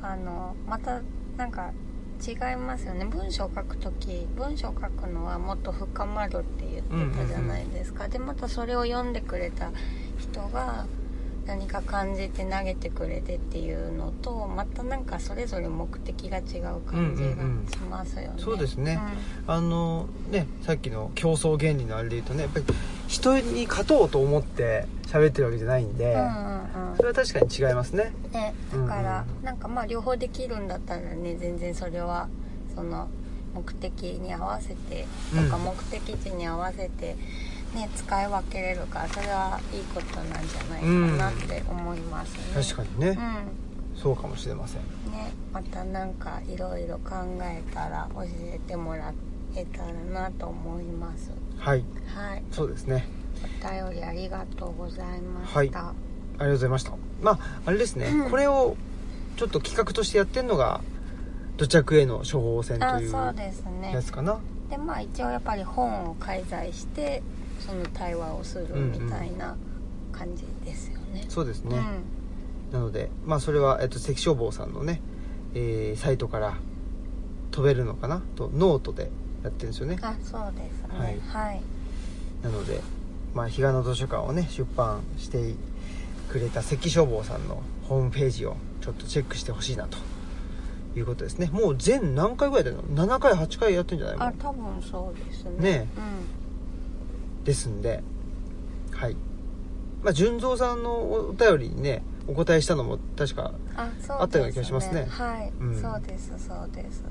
Speaker 2: あのまたなんか違いますよね文章を書く時文章を書くのはもっと深まるって言ってたじゃないですか、でまたそれを読んでくれた人が何か感じて投げてくれてっていうのとまたなんかそれぞれ目的が違う感じ
Speaker 1: うんうんうん
Speaker 2: がしますよね、
Speaker 1: そうですね
Speaker 2: うん
Speaker 1: あのねさっきの競争原理のあれで言うとねやっぱり人に勝とうと思って喋ってるわけじゃないんで、
Speaker 2: うんうんうん
Speaker 1: それは確かに違いますね。
Speaker 2: ねだから、
Speaker 1: うん
Speaker 2: なんかまあ両方できるんだったらね全然それはその目的に合わせて
Speaker 1: う
Speaker 2: と
Speaker 1: ん
Speaker 2: か目的地に合わせて、ね、使い分けれるからそれはいいことなんじゃないかなって思いますね、
Speaker 1: 確かにね、
Speaker 2: う
Speaker 1: そうかもしれません。
Speaker 2: んねまたなんかいろいろ考えたら教えてもらえたらなと思います
Speaker 1: はい、
Speaker 2: はい
Speaker 1: そうですね。
Speaker 2: お便りありがとうございました、
Speaker 1: ありがとうございましたまああれですね、
Speaker 2: うん
Speaker 1: これをちょっと企画としてやってんのが土着への処方箋と
Speaker 2: あ
Speaker 1: いう
Speaker 2: そう
Speaker 1: や
Speaker 2: ですね
Speaker 1: つかな
Speaker 2: でまあ一応やっぱり本を介在してその対話をするみたいな感じですよね。
Speaker 1: そうです
Speaker 2: う
Speaker 1: ね、なのでまあそれは、えっと、関消防さんのね、えーサイトから飛べるのかなとノートでやってるんですよね
Speaker 2: ん、あそうですね
Speaker 1: は
Speaker 2: はいい、
Speaker 1: なのでまあ彼岸の図書館をね出版してくれた関消防さんのホームページをちょっとチェックしてほしいなということですねもう全何回ぐらいだよ7回8回やってんじゃないも
Speaker 2: あ
Speaker 1: う
Speaker 2: 多分そうですね。
Speaker 1: ねですんではいまあ純三さんのお便りにねお答えしたのも確か
Speaker 2: うん、あそうです、ね、
Speaker 1: あったような気がしますね
Speaker 2: はい、
Speaker 1: うん
Speaker 2: そうですそうです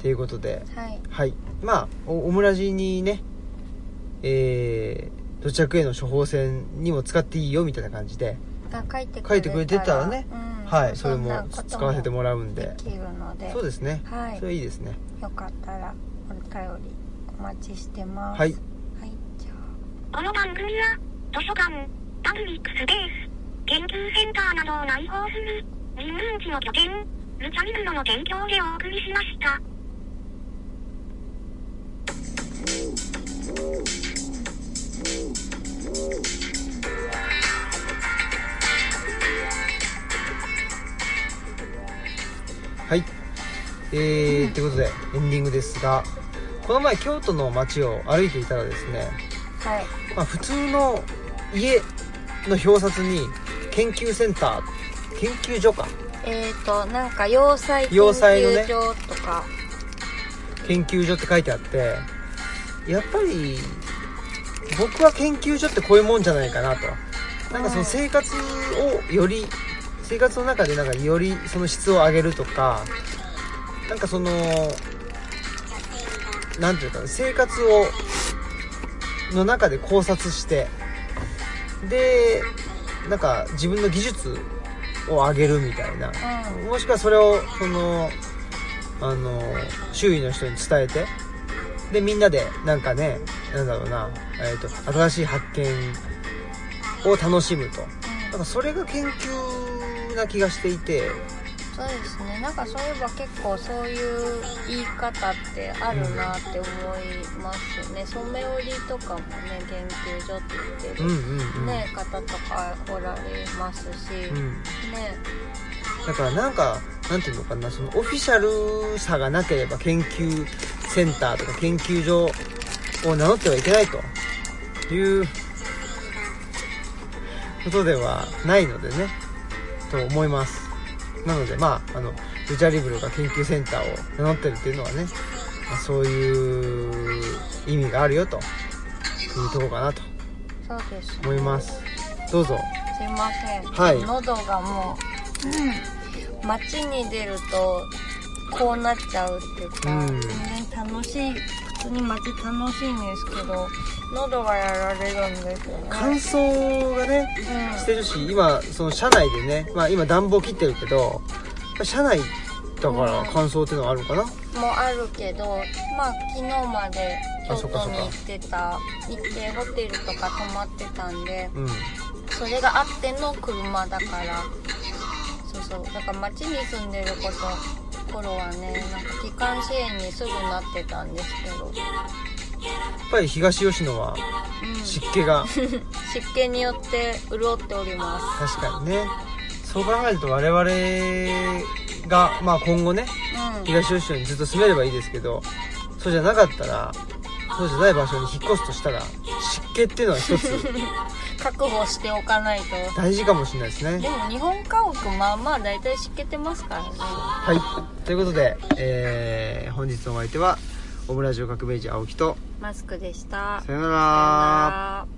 Speaker 1: ということで
Speaker 2: はい
Speaker 1: はいまあおオムラジにねえー、土着への処方箋にも使っていいよみたいな感じで、
Speaker 2: あ書いて
Speaker 1: 書いてくれてたらね
Speaker 2: うん
Speaker 1: はいそれも
Speaker 2: んなこと
Speaker 1: 使わせてもらうんで
Speaker 2: できるので
Speaker 1: そうですね、
Speaker 2: はい
Speaker 1: それいいですね
Speaker 2: よかったらお便りお待ちしてます
Speaker 1: はい、
Speaker 2: はい、じゃ
Speaker 3: この番組は、図書館、パブリックスペース、研究センターなどを内包する、人文地の拠点、ルチャリブロの提供でお送りしました。
Speaker 1: はいえー、ってことでエンディングですがこの前京都の街を歩いていたらですね、
Speaker 2: あはい
Speaker 1: まあ、普通の家の表札に研究センター研究所か
Speaker 2: えー、となんか要塞研
Speaker 1: 要塞のね
Speaker 2: 究所とか、
Speaker 1: 研究所って書いてあってやっぱり僕は研究所ってこういうもんじゃないかなとなんかその生活をより生活の中でなんかよりその質を上げるとかなんかそのなんていうか生活をの中で考察してでなんか自分の技術を上げるみたいな
Speaker 2: うん
Speaker 1: もしくはそれをそのあの周囲の人に伝えてでみんなでなんかねなんだろうな、えー、と新しい発見を楽しむとなんかそれが研究な気がしていて
Speaker 2: そうですねなんかそういえば結構そういう言い方ってあるなって思いますね、染め織りとかもね研究所って言って
Speaker 1: うんう
Speaker 2: る、
Speaker 1: んうん、
Speaker 2: ね方とかおられますし、
Speaker 1: うん、
Speaker 2: ね
Speaker 1: だからなんかなんていうのかなそのオフィシャルさがなければ研究センターとか研究所を名乗ってはいけないということではないのでねと思いますなのでまああのルチャリブルが研究センターを名乗ってるっていうのはね、まあそういう意味があるよというとこかなと
Speaker 2: そうですね
Speaker 1: 思いますどうぞ
Speaker 2: すいません、
Speaker 1: はい
Speaker 2: 喉がもう、うん、街に出るとこうなっちゃうっていうか、
Speaker 1: うん
Speaker 2: 全然楽しい普通に街楽しいんですけど喉がやられるんですよね
Speaker 1: 感想がねしてるし今その車内でね、まあ、今暖房切ってるけど車内だから乾燥っていうのはあるのかな、
Speaker 2: うん、もあるけどまあ昨日まで京
Speaker 1: あそっか
Speaker 2: 都
Speaker 1: そっ
Speaker 2: に
Speaker 1: か
Speaker 2: 行ってた日程ホテルとか泊まってたんで
Speaker 1: うん
Speaker 2: それがあっての車だからそうそうだから町に住んでること頃はねなんか機関支援にすぐなってたんですけど、
Speaker 1: やっぱり東吉野は
Speaker 2: うん、湿
Speaker 1: 湿気が
Speaker 2: 気によって潤っておりま
Speaker 1: 確かにね そう考えると我々が、まあ、今後ね
Speaker 2: す
Speaker 1: 東吉野にずっと住めればいいですけどそうじゃなかったらそうじゃない場所に引っ越すとしたら湿気っていうのは一つ
Speaker 2: うん覚悟しておかないと
Speaker 1: 大事かもしれないですね
Speaker 2: でも日本家屋まあまあ大体湿気てますからね
Speaker 1: はいということで、えー本日のお相手はオムラジオ革命児青木と
Speaker 2: マスクでした
Speaker 1: さよな
Speaker 2: さよ
Speaker 1: ら
Speaker 2: なら